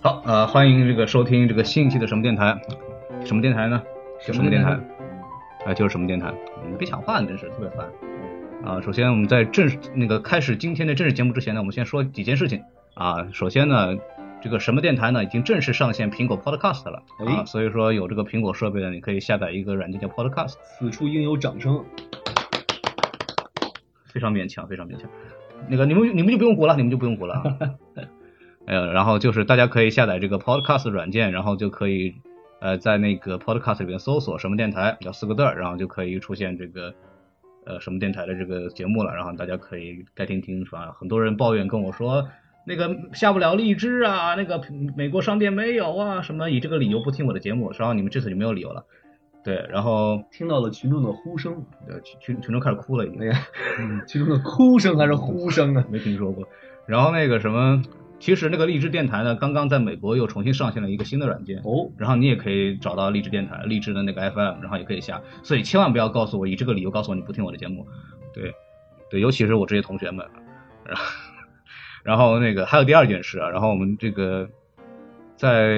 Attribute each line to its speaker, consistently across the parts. Speaker 1: 好，呃，欢迎这个收听这个新一期的什么电台？什么电台呢？就什么电台？啊，就是什么电台？你别抢话，你真是特别烦。啊，首先我们在正式那个开始今天的正式节目之前呢，我们先说几件事情啊。首先呢，这个什么电台呢已经正式上线苹果 Podcast 了啊，
Speaker 2: 哎
Speaker 1: 所以说有这个苹果设备的，你可以下载一个软件叫 Podcast，
Speaker 2: 此处应有掌声。
Speaker 1: 非常勉强，非常勉强。那个你们你们就不用鼓了，你们就不用鼓了啊。呃，然后就是大家可以下载这个 Podcast 软件，然后就可以呃在那个 Podcast 里边搜索什么电台，要四个字儿，然后就可以出现这个呃什么电台的这个节目了。然后大家可以该听听是吧？很多人抱怨跟我说。那个下不了荔枝啊，那个美国商店没有啊，什么以这个理由不听我的节目，然后你们这次就没有理由了，对，然后
Speaker 2: 听到了群众的呼声，
Speaker 1: 呃群群群众开始哭了已经
Speaker 2: 哎，呀，群众的哭声还是呼声啊？
Speaker 1: 没听说过。然后那个什么，其实那个荔枝电台呢，刚刚在美国又重新上线了一个新的软件，
Speaker 2: 哦，
Speaker 1: 然后你也可以找到荔枝电台、荔枝的那个 FM，然后也可以下。所以千万不要告诉我以这个理由告诉我你不听我的节目，对，对，尤其是我这些同学们。 然后，然后那个还有第二件事啊，然后我们这个。在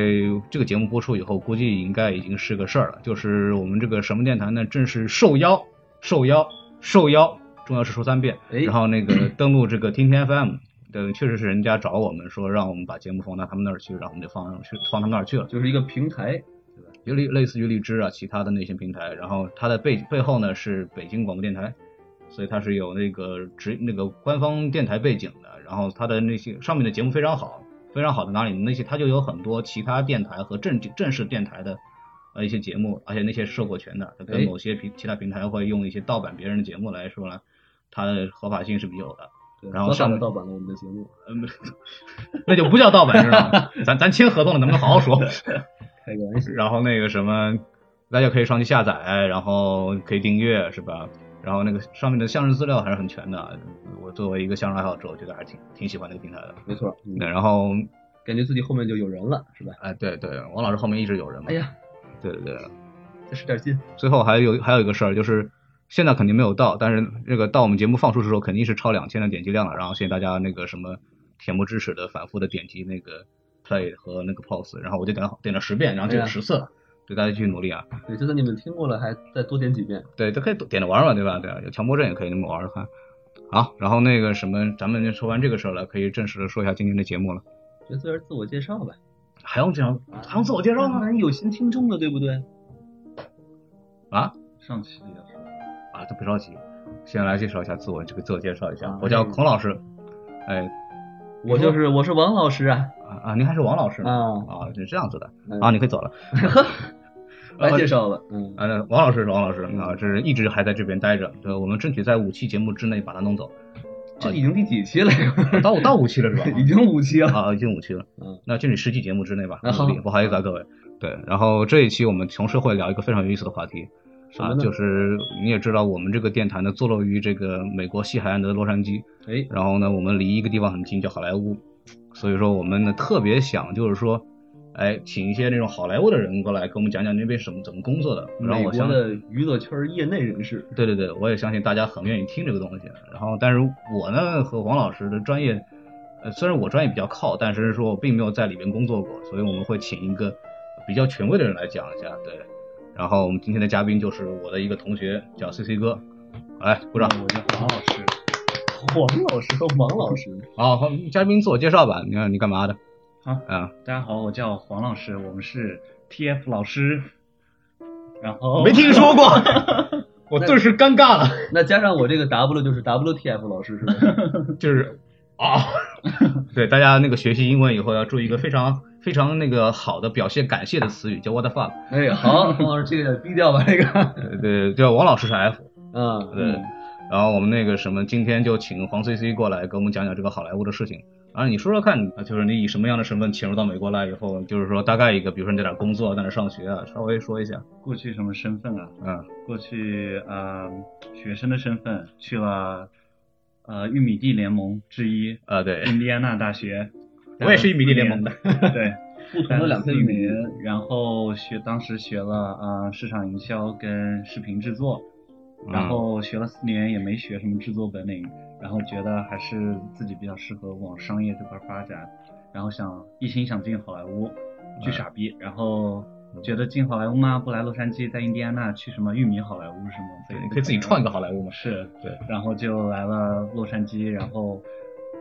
Speaker 1: 这个节目播出以后，估计应该已经是个事儿了。就是我们这个什么电台呢，正式受邀、受邀、受邀，重要是说三遍。
Speaker 2: 哎
Speaker 1: 然后那个登录这个听听 FM，对，确实是人家找我们说让我们把节目放到他们那儿去，然后我们就放上去，放他们那儿去了。
Speaker 2: 就是一个平台，
Speaker 1: 有类类似于荔枝啊，其他的那些平台，然后它的背背后呢是北京广播电台，所以它是有那个职那个官方电台背景的，然后它的那些上面的节目非常好，非常好的哪里呢那些它就有很多其他电台和正正式电台的呃一些节目，而且那些是授过权的，它跟
Speaker 2: 哎
Speaker 1: 某些平其他平台会用一些盗版别人的节目来说呢，它的合法性是没有的。
Speaker 2: 对
Speaker 1: 然后
Speaker 2: 合
Speaker 1: 上
Speaker 2: 法
Speaker 1: 面
Speaker 2: 的盗版了我们的节目，
Speaker 1: 嗯，那就不叫盗版是 吧？咱咱签合同了，能不能好好说？
Speaker 2: 开个玩笑。
Speaker 1: 然后那个什么，大家可以上去下载，然后可以订阅，是吧？然后那个上面的相声资料还是很全的。我作为一个相声爱好者，我觉得还是挺挺喜欢那个平台的。
Speaker 2: 没错，嗯
Speaker 1: 对，然后
Speaker 2: 感觉自己后面就有人了，是吧？
Speaker 1: 哎，对对，王老师后面一直有人嘛。
Speaker 2: 哎，呀，
Speaker 1: 对对对。
Speaker 2: 再使点劲，
Speaker 1: 最后还有还有一个事儿，就是现在肯定没有到，但是那个到我们节目放出的时候，肯定是超两千的点击量了。然后谢谢大家那个什么恬不知耻的反复的点击那个 play 和那个 pause，然后我就点了点了十遍，然后点了
Speaker 2: 哎呀
Speaker 1: 十次了。对，啊大家继续努力啊！
Speaker 2: 对，就算你们听过了，还再多点几遍。
Speaker 1: 对，都可以点着玩玩，对吧？对啊，有强迫症也可以那么玩玩看。好，然后那个什么，咱们说完这个事儿了，可以正式的说一下今天的节目了。
Speaker 2: 角色自我介绍吧，
Speaker 1: 还用这样，还用自我介绍啊吗？
Speaker 2: 万一有新听众了，对不对？
Speaker 1: 啊
Speaker 2: 上期也是，
Speaker 1: 啊，都别着急，先来介绍一下自我，这个自我介绍一下
Speaker 2: 啊，
Speaker 1: 我叫孔老师。哎，
Speaker 2: 我就是我是王老师啊
Speaker 1: 啊啊，您还是王老师呢？
Speaker 2: 啊，
Speaker 1: 啊，是这样子的
Speaker 2: 嗯
Speaker 1: 啊，你可以走了。
Speaker 2: 来介绍吧，嗯，
Speaker 1: 啊，那王老师是王老师啊，这是一直还在这边待着，对，我们争取在五期节目之内把他弄走。
Speaker 2: 这已经第几期了？
Speaker 1: 啊到 到五期了是吧？
Speaker 2: 已经五 期了，
Speaker 1: 啊，已经五期了，
Speaker 2: 嗯，
Speaker 1: 那进入十期节目之内吧，
Speaker 2: 啊好
Speaker 1: 努力不好意思啊各位。对，然后这一期我们同时会聊一个非常有意思的话题
Speaker 2: 什么
Speaker 1: 啊，
Speaker 2: 呢
Speaker 1: 就是你也知道我们这个电台呢坐落于这个美国西海岸的洛杉矶，
Speaker 2: 哎，
Speaker 1: 然后呢我们离一个地方很近叫好莱坞，所以说我们呢特别想就是说，哎，请一些那种好莱坞的人过来给我们讲讲那边什么怎么工作的，然后
Speaker 2: 美
Speaker 1: 我
Speaker 2: 国
Speaker 1: 相
Speaker 2: 的娱乐圈业内人士，
Speaker 1: 对对对，我也相信大家很愿意听这个东西。然后，但是我呢和王老师的专业，呃，虽然我专业比较靠，但是说我并没有在里面工作过，所以我们会请一个比较权威的人来讲一下。对，然后我们今
Speaker 2: 嗯
Speaker 1: 天的嘉宾就是我的一个同学，叫 C C 哥，来鼓掌。
Speaker 2: 我叫黄老师。黄老师和王老 师。
Speaker 1: 好，嘉宾自我介绍吧，你看你干嘛的？
Speaker 3: 好
Speaker 1: 啊，
Speaker 3: 大家好，我叫黄老师，我们是 TF 老师。然后
Speaker 1: 没听说过， 我顿时尴尬了，
Speaker 2: 那加上我这个 W 就是 WTF 老师是吧？
Speaker 1: 就是啊， 对大家那个学习英文以后要注意一个非常非常那个好的表现感谢的词语，叫 what the fuck。
Speaker 2: 哎，好，黄老师这个低调吧，这个。
Speaker 1: 对对，叫王老师是 F，
Speaker 2: 嗯，
Speaker 1: 对。然后我们那个什么，今天就请黄 C C 过来给我们讲讲这个好莱坞的事情。啊，你说说看，就是你以什么样的身份潜入到美国来以后，就是说大概一个，比如说你在哪儿工作，在哪儿上学啊，稍微说一下。
Speaker 3: 过去什么身份啊？
Speaker 1: 嗯，
Speaker 3: 过去呃 学生的身份去了呃玉米地联盟之一
Speaker 1: 啊，对，
Speaker 3: 印第安纳大学，
Speaker 1: 我也是玉米地联盟的。
Speaker 3: 对，
Speaker 2: 不同的两片
Speaker 3: 四
Speaker 2: 玉米。
Speaker 3: 年，然后学当时学了呃市场营销跟视频制作，
Speaker 1: 嗯
Speaker 3: 然后学了四年也没学什么制作本领，然后觉得还是自己比较适合往商业这块发展，然后想一心想进好莱坞，
Speaker 1: 嗯
Speaker 3: 巨傻逼，然后觉得进好莱坞吗？不来洛杉矶，在印第安纳去什么玉米好莱坞是吗？
Speaker 1: 对，你可以自己创一个好莱坞嘛。
Speaker 3: 是，
Speaker 1: 对，
Speaker 3: 然后就来了洛杉矶，然后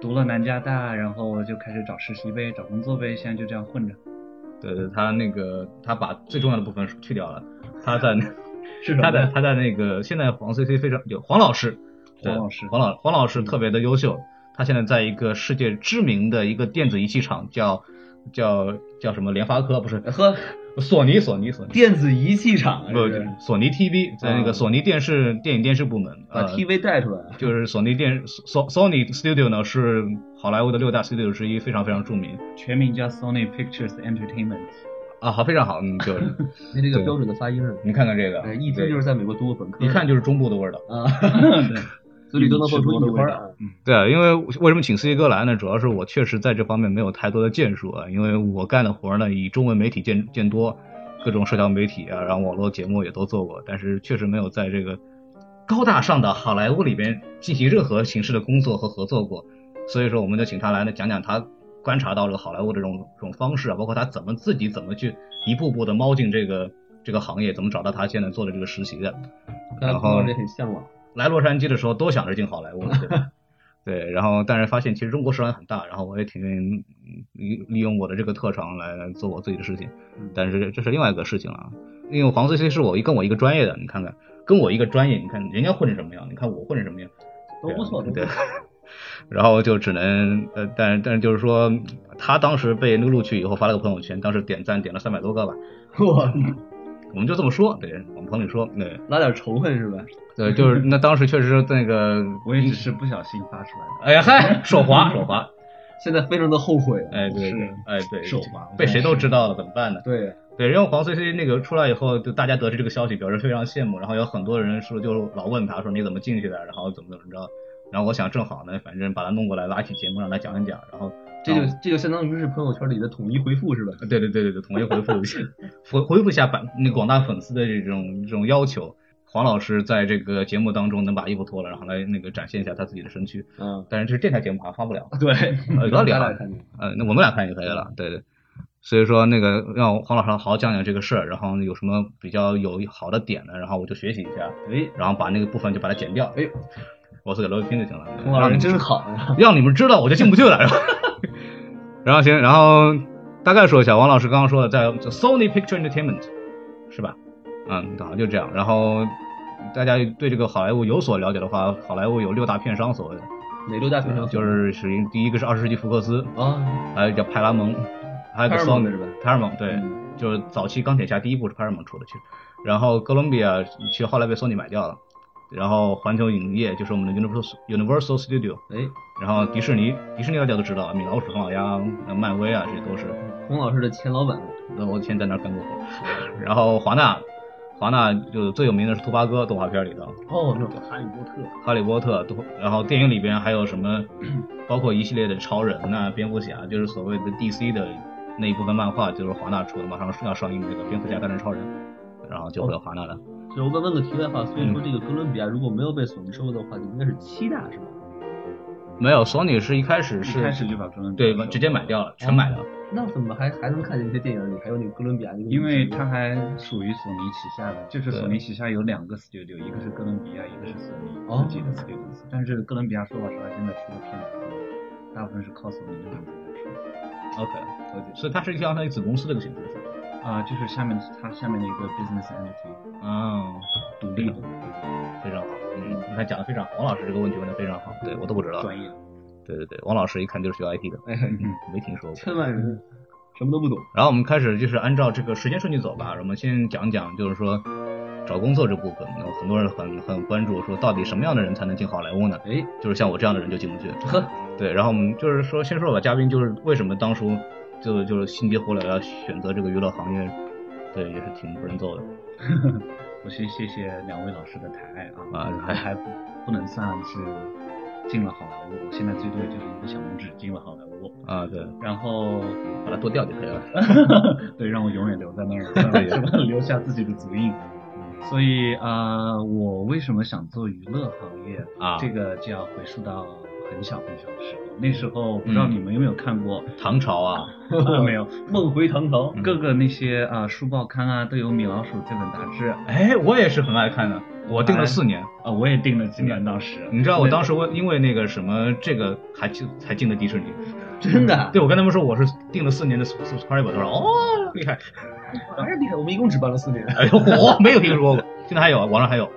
Speaker 3: 读了南加大，然后就开始找实习呗，找工作呗，现在就这样混着。
Speaker 1: 对对，他那个他把最重要的部分去掉了，他在
Speaker 2: 是
Speaker 1: 他在他在那个现在黄 C C 非常有黄老师，对
Speaker 3: 黄老师
Speaker 1: 黄老黄老师特别的优秀，他现在在一个世界知名的一个电子仪器厂叫叫叫什么联发科不是
Speaker 2: 和
Speaker 1: 索尼索尼索尼。
Speaker 2: 电子仪器厂啊，
Speaker 1: 不
Speaker 2: 这是，
Speaker 1: 索尼 TV 在那个
Speaker 2: 啊
Speaker 1: 索尼电视电影电视部门，
Speaker 2: 把
Speaker 1: 呃，
Speaker 2: TV 带出来。
Speaker 1: 就是索尼电索 Sony Studio 呢是好莱坞的六大 studio 之一，非常非常著名
Speaker 3: 全名叫 Sony Pictures Entertainment。
Speaker 1: 啊，好，非常好，嗯，就
Speaker 2: 你这
Speaker 1: 对
Speaker 2: 个标准的发音啊，
Speaker 1: 你看看这个，
Speaker 2: 哎，一听就是在美国读过本科，
Speaker 1: 一看就是中部的味儿道。
Speaker 2: 啊，
Speaker 3: 对，
Speaker 2: 嘴里都能蹦出
Speaker 3: 一
Speaker 2: 一
Speaker 3: 米
Speaker 2: 花
Speaker 3: 之多
Speaker 2: 儿
Speaker 3: 的
Speaker 2: 啊。
Speaker 1: 对，因为为什么请司机哥来呢？主要是我确实在这方面没有太多的建树啊，因为我干的活儿呢以中文媒体见见多，各种社交媒体啊，然后网络节目也都做过，但是确实没有在这个高大上的好莱坞里边进行任何形式的工作和合作过，所以说我们就请他来呢讲讲他观察到这个好莱坞的这种这种方式啊，包括他怎么自己怎么去一步步的猫进这个这个行业，怎么找到他现在做的这个实习的。然
Speaker 2: 大
Speaker 1: 后
Speaker 2: 家听到这很向往。
Speaker 1: 来洛杉矶的时候都想着进好莱坞， 对吧对，然后但是发现其实中国市场很大，然后我也挺愿意嗯利利用我的这个特长来来做我自己的事情，但是这这是另外一个事情了啊，嗯因为黄 C C 是我一跟我一个专业的，你看看跟我一个专业，你看人家混成什么样，你看我混成什么样，
Speaker 2: 都不错，都不
Speaker 1: 对
Speaker 2: 错。
Speaker 1: 然后就只能呃，但但是就是说他当时被那个录取以后发了个朋友圈，当时点赞点了三百多个吧，
Speaker 2: 哇，
Speaker 1: 我们就这么说，对，往棚里说，对
Speaker 2: 拉点仇恨是吧？
Speaker 1: 对，就是那当时确实那个，
Speaker 3: 我也只是不小心发出来的。
Speaker 1: 哎呀 嗨，手滑手滑。
Speaker 2: 现在非常的后悔啊。
Speaker 1: 哎，对
Speaker 3: 是
Speaker 1: 对，哎对，
Speaker 3: 手麻
Speaker 1: 被谁都
Speaker 3: 真是
Speaker 1: 知道了，怎么办呢？
Speaker 2: 对，
Speaker 1: 对，因为黄穗穗那个出来以后，就大家得知这个消息，表示非常羡慕，然后有很多人说就老问他说你怎么进去的，然后怎么怎么着，然后我想正好呢，反正把他弄过来拉一期节目让他讲一讲，然后
Speaker 2: 这就这就相当于是朋友圈里的统一回复是吧？
Speaker 1: 对对对对对，统一回复 一下，回回复一下版那广大粉丝的这种这种要求。黄老师在这个节目当中能把衣服脱了，然后来那个展现一下他自己的身躯，
Speaker 2: 嗯，
Speaker 1: 但是这是电台节目好像发不了。
Speaker 2: 对，
Speaker 1: 呃，不要聊
Speaker 2: 咱俩看见
Speaker 1: 呃，那我们俩看就可以了，对对。所以说那个让黄老师好好讲讲这个事儿，然后有什么比较有好的点呢，然后我就学习一下，
Speaker 2: 哎，
Speaker 1: 然后把那个部分就把它剪掉，
Speaker 2: 哎，
Speaker 1: 我自己录音就行了。
Speaker 2: 孔老
Speaker 1: 哎让你
Speaker 2: 师
Speaker 1: 们
Speaker 2: 真好啊呀。
Speaker 1: 让你们知道我就进不去了。然后， 然后行，然后大概说一下，王老师刚刚说的，在 Sony Picture Entertainment 是吧？嗯，好，就这样。然后大家对这个好莱坞有所了解的话，好莱坞有六大片商所谓的，
Speaker 2: 哪六大平常
Speaker 1: 就是是第一个是二十世纪福克斯，
Speaker 2: 啊，
Speaker 1: 还有叫派拉蒙，还有个
Speaker 2: 派拉
Speaker 1: Sony
Speaker 2: 蒙的是吧？
Speaker 1: 派拉蒙对，
Speaker 2: 嗯
Speaker 1: 就是早期钢铁侠第一部是派拉蒙出的，其实，然后哥伦比亚其实后来被索尼买掉了，然后环球影业就是我们的 Universal Universal Studio，
Speaker 2: 哎，
Speaker 1: 然后迪士尼，迪士尼大家都知道，米老鼠、唐老鸭、呃漫威啊，这些都是，
Speaker 2: 孔老师的前老板，
Speaker 1: 那我以前在那儿干过活。然后华纳，华纳就最有名的是兔八哥动画片里头，
Speaker 2: 哦，那个哈利波特，
Speaker 1: 哈利波特，都然后电影里边还有什么， 包括一系列的超人呐、蝙蝠侠，就是所谓的 DC 的那一部分漫画，就是华纳出的，马上要上映的这个蝙蝠侠大战超人，然后就会有华纳的。
Speaker 2: 就是我问问个题外话，所以说这个哥伦比亚如果没有被索尼收购的话，就应该是七大是吧？
Speaker 1: 没有，Sony 是一开始
Speaker 3: 一
Speaker 1: 是
Speaker 3: 开始就把嗯哥伦比亚
Speaker 1: 对
Speaker 3: 收购
Speaker 1: 直接买掉了，全买掉了。
Speaker 2: 那怎么还还能看见这些电影里还有那个哥伦比亚那个？
Speaker 3: 因为它还属于索尼旗下的，就是索
Speaker 1: 对
Speaker 3: 尼旗下有两个 studio，一个是哥伦比亚，一个是索
Speaker 2: 哦
Speaker 3: 尼自己的 studio 公司。但是哥伦比亚说老实话，现在出的片子不多大部分是靠索尼的名字在出。
Speaker 1: OK，
Speaker 3: 我觉
Speaker 1: 所以它是相当于子公司这个形式是吧？
Speaker 3: 得啊、就是下面它下面的一个 business entity，
Speaker 1: 嗯，
Speaker 3: 独立的，
Speaker 1: 非常好，嗯，你看讲的非常好，王老师这个问题问的非常好，对我都不知道。
Speaker 3: 专业。
Speaker 1: 对对对，王老师一看就是学 IT 的，
Speaker 2: 哎呀，
Speaker 3: 嗯
Speaker 1: 没听说过。
Speaker 2: 千万人什么都不懂，
Speaker 1: 然后我们开始就是按照这个时间顺序走吧。我们先讲讲，就是说找工作这部分，有很多人很很关注，说到底什么样的人才能进好莱坞呢？
Speaker 2: 哎，
Speaker 1: 就是像我这样的人就进不去。
Speaker 2: 呵，
Speaker 1: 对，然后我们就是说，先说吧，嘉宾就是为什么当初就就是心急火燎要选择这个娱乐行业，对，也是挺不人揍的。
Speaker 3: 我先谢谢两位老师的抬爱啊，
Speaker 1: 啊
Speaker 3: 还还不不能算是进了好莱坞，我现在最多就是一个小拇指进了好莱坞，
Speaker 1: 啊，对，
Speaker 3: 然后
Speaker 1: 把它剁掉就可以了。
Speaker 3: 对，让我永远留在 那儿，留下自己的足印。所以啊、呃我为什么想做娱乐行业
Speaker 1: 啊
Speaker 3: 这个就要回溯到很小很小的时候，那时候不
Speaker 1: 嗯
Speaker 3: 知道你们有没有看 过，
Speaker 1: 唐朝啊，
Speaker 3: 啊没有，
Speaker 2: 梦回唐朝，
Speaker 1: 嗯
Speaker 3: 各个那些啊、书报刊啊都有《米老鼠》这本杂志啊、
Speaker 1: 哎，我也是很爱看的，我订了四年。
Speaker 3: 我也订了几年当时。
Speaker 1: 嗯你知道我当时我因为那个什么这个还进才进的迪士尼，
Speaker 2: 真的，啊
Speaker 1: 对我跟他们说我是订了四年的 subscriber，他说哦厉害，
Speaker 2: 还是厉害，我们一共只办了四年，
Speaker 1: 哎呦我没有听说过，现在还有啊，网上还有，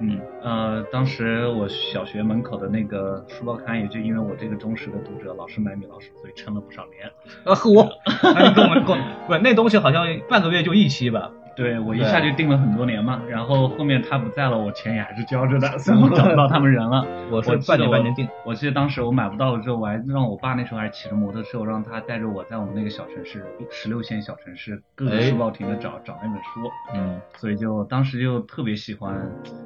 Speaker 3: 嗯，呃，当时我小学门口的那个书报刊，也就因为我这个忠实的读者老是买米老鼠，所以撑了不少年。
Speaker 1: 啊我，哎你跟我们跟我不那东西好像半个月就一期吧，
Speaker 3: 对我一下就订了很多年嘛，然后后面他不在了，我钱也还是交着的，虽然我找不到他们人了。
Speaker 1: 我
Speaker 3: 我
Speaker 1: 是
Speaker 3: 记
Speaker 1: 半
Speaker 3: 得
Speaker 1: 年
Speaker 3: 我
Speaker 1: 半年订，
Speaker 3: 我记得当时我买不到了之后，我还让我爸那时候还骑着摩托车，我让他带着我在我们那个小城市，十六线小城市各个
Speaker 1: 哎
Speaker 3: 书报亭的找、找那本书，
Speaker 1: 嗯
Speaker 3: 所以就当时就特别喜欢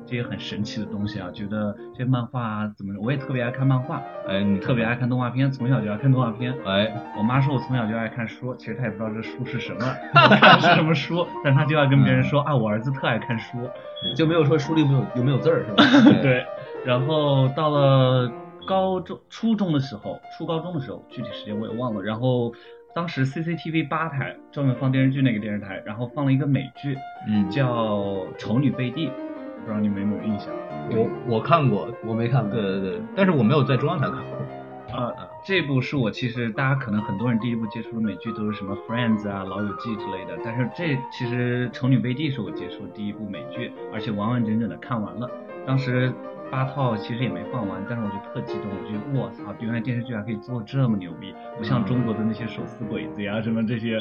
Speaker 3: 这些很神奇的东西啊，觉得这些漫画啊怎么的，我也特别爱看漫画，
Speaker 1: 哎你
Speaker 3: 特别爱看动画片，从小就爱看动画片。
Speaker 1: 哎
Speaker 3: 我妈说我从小就爱看书，其实她也不知道这书是什么，看是什么书，但她就要跟别人说啊，我儿子特爱看书。
Speaker 2: 就没有说书里有没有有没有字儿是吧？
Speaker 3: 对，然后到了高中、初中的时候，初高中的时候，具体时间我也忘了。然后当时 CCTV 八台专门放电视剧那个电视台，然后放了一个美剧
Speaker 1: 嗯
Speaker 3: 叫《丑女贝蒂》，不知道你们有没有印象？
Speaker 1: 我我看过，
Speaker 2: 我没看过
Speaker 1: 对，对对，但是我没有在中央台看过，
Speaker 3: 啊、这部是我其实大家可能很多人第一部接触的美剧都是什么《Friends》啊、《老友记》之类的，但是这其实《丑女贝蒂》是我接触的第一部美剧，而且完完整整的看完了。当时八套其实也没放完，但是我就特激动，我觉得我操，原来电视剧还可以做这么牛逼，不像中国的那些手撕鬼子呀什么这些。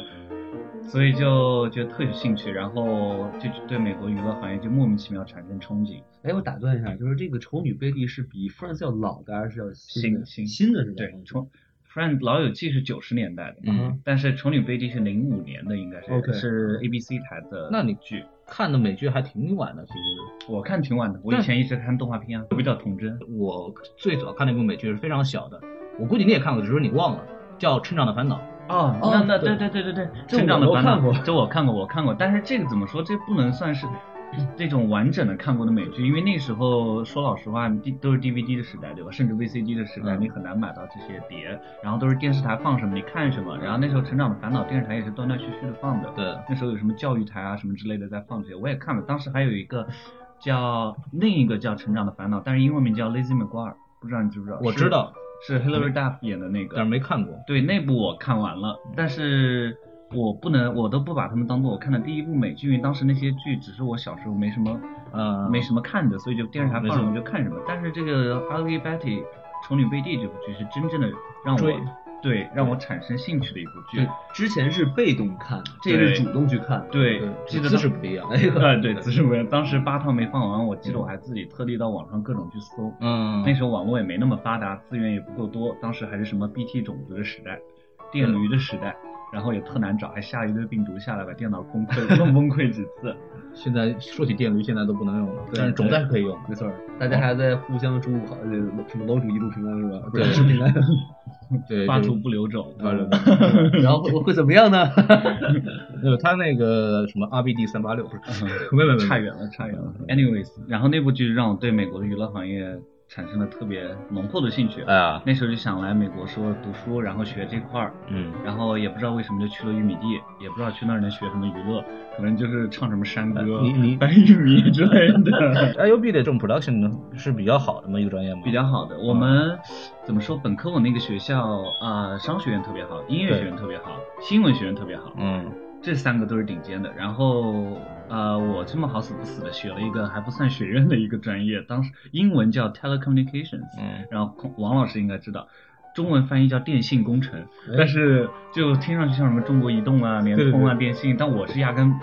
Speaker 3: 所以就觉得特有兴趣，然后就对美国娱乐行业就莫名其妙产生憧憬。
Speaker 2: 哎，我打断一下，就是这个丑女贝蒂是比 Friends 要老的还是要的？
Speaker 3: 新
Speaker 2: 新的是嗯吧？
Speaker 3: 对，从《Friends》《老友记》是九十年代的，
Speaker 1: 嗯，
Speaker 3: 但是《丑女贝蒂》是零五年的，应该是
Speaker 2: OK
Speaker 3: 是 ABC 台的。
Speaker 1: 那你剧看的美剧还挺晚的，其实
Speaker 3: 我看挺晚的，我以前一直看动画片啊，比较童真。
Speaker 1: 我最早看那部美剧是非常小的，我估计你也看过，只是你忘了，叫《成长的烦恼》。
Speaker 3: 哦，
Speaker 2: 哦
Speaker 3: 那那
Speaker 2: 对
Speaker 3: 对对对对对，
Speaker 2: 这
Speaker 3: 成长
Speaker 2: 我
Speaker 3: 的
Speaker 2: 我
Speaker 3: 烦恼
Speaker 2: 看过
Speaker 3: 这我看过，我看过，但是这个怎么说？这不能算是这种完整的看过的美剧，因为那时候说老实话，你 D 都是 DVD 的时代，对吧？甚至 VCD 的时代，
Speaker 1: 嗯
Speaker 3: 你很难买到这些碟，然后都是电视台放什么你看什么。然后那时候《成长的烦恼》电视台也是断断续续的放的，
Speaker 1: 对，
Speaker 3: 那时候有什么教育台啊什么之类的在放这些，我也看了。当时还有一个叫另一个叫《成长的烦恼》，但是英文名叫 Lazy McGuire，不知道你知不知道？
Speaker 1: 我
Speaker 3: 是
Speaker 1: 知道，嗯
Speaker 3: 是 Hilary Duff 演的那个，
Speaker 1: 但是没看过。
Speaker 3: 对那部我看完了，但是我不能，我都不把他们当做我看的第一部美剧，因为当时那些剧只是我小时候没什么
Speaker 1: 嗯，
Speaker 3: 没什么看的，所以就电视台
Speaker 1: 没
Speaker 3: 放
Speaker 1: 错
Speaker 3: 什么就看什么。但是这个《Ugly Betty》丑女贝蒂这部剧是真正的让我
Speaker 1: 追
Speaker 3: 对让我产生兴趣的一部剧
Speaker 2: 对。，之前是被动看，这
Speaker 3: 对
Speaker 2: 是主动去看。
Speaker 3: 对
Speaker 1: 对，，
Speaker 3: 记得
Speaker 1: 姿
Speaker 3: 当
Speaker 1: 势不一 样。
Speaker 3: 呃，对，姿势不一样。当时八套没放完，我记得我还自己特地到网上各种去搜。
Speaker 1: 嗯，
Speaker 3: 那时候网络也没那么发达，资源也不够多，当时还是什么 BT 种子的时代，电驴的时代，然后也特难找，还下了一堆病毒下来，把电脑崩溃，弄崩溃几次。
Speaker 1: 现在说起电驴，现在都不能用了，
Speaker 2: 对
Speaker 1: 但是种子还是可以用。
Speaker 2: 没错儿，大家还在互相祝好，呃，什么楼主一路平安是吧？不是
Speaker 1: 对
Speaker 2: 是平安，
Speaker 1: 对，
Speaker 3: 发
Speaker 1: 就
Speaker 3: 出不留种。
Speaker 1: 发出
Speaker 2: 然后会会怎么样呢？
Speaker 1: 呃，他那个什么 RBD 三八六，不是，
Speaker 3: 嗯
Speaker 1: 没有没有没有嗯
Speaker 3: 差远了，差远了。Anyways，然后那部剧让我对美国的娱乐行业产生了特别浓厚的兴趣。
Speaker 1: 哎呀，
Speaker 3: 那时候就想来美国说读书，然后学这块儿，
Speaker 1: 嗯，
Speaker 3: 然后也不知道为什么就去了玉米地，也不知道去那儿能学什么娱乐，可能就是唱什么山歌、
Speaker 1: 呃你 你
Speaker 3: 搬 玉米之类的，
Speaker 1: IUB 的这种 production 是比较好的嘛一个专业吗？
Speaker 3: 比较好的。我们怎么说？本科我那个学校啊、呃商学院特别好，音乐学院特别好，新闻学院特别好，
Speaker 1: 嗯
Speaker 3: 这三个都是顶尖的。然后呃，我这么好死不死的学了一个还不算学院的一个专业，当时英文叫 telecommunications，
Speaker 1: 嗯
Speaker 3: 然后孔王老师应该知道，中文翻译叫电信工程，但是就听上去像什么中国移动啊、联通啊、电信，但我是压根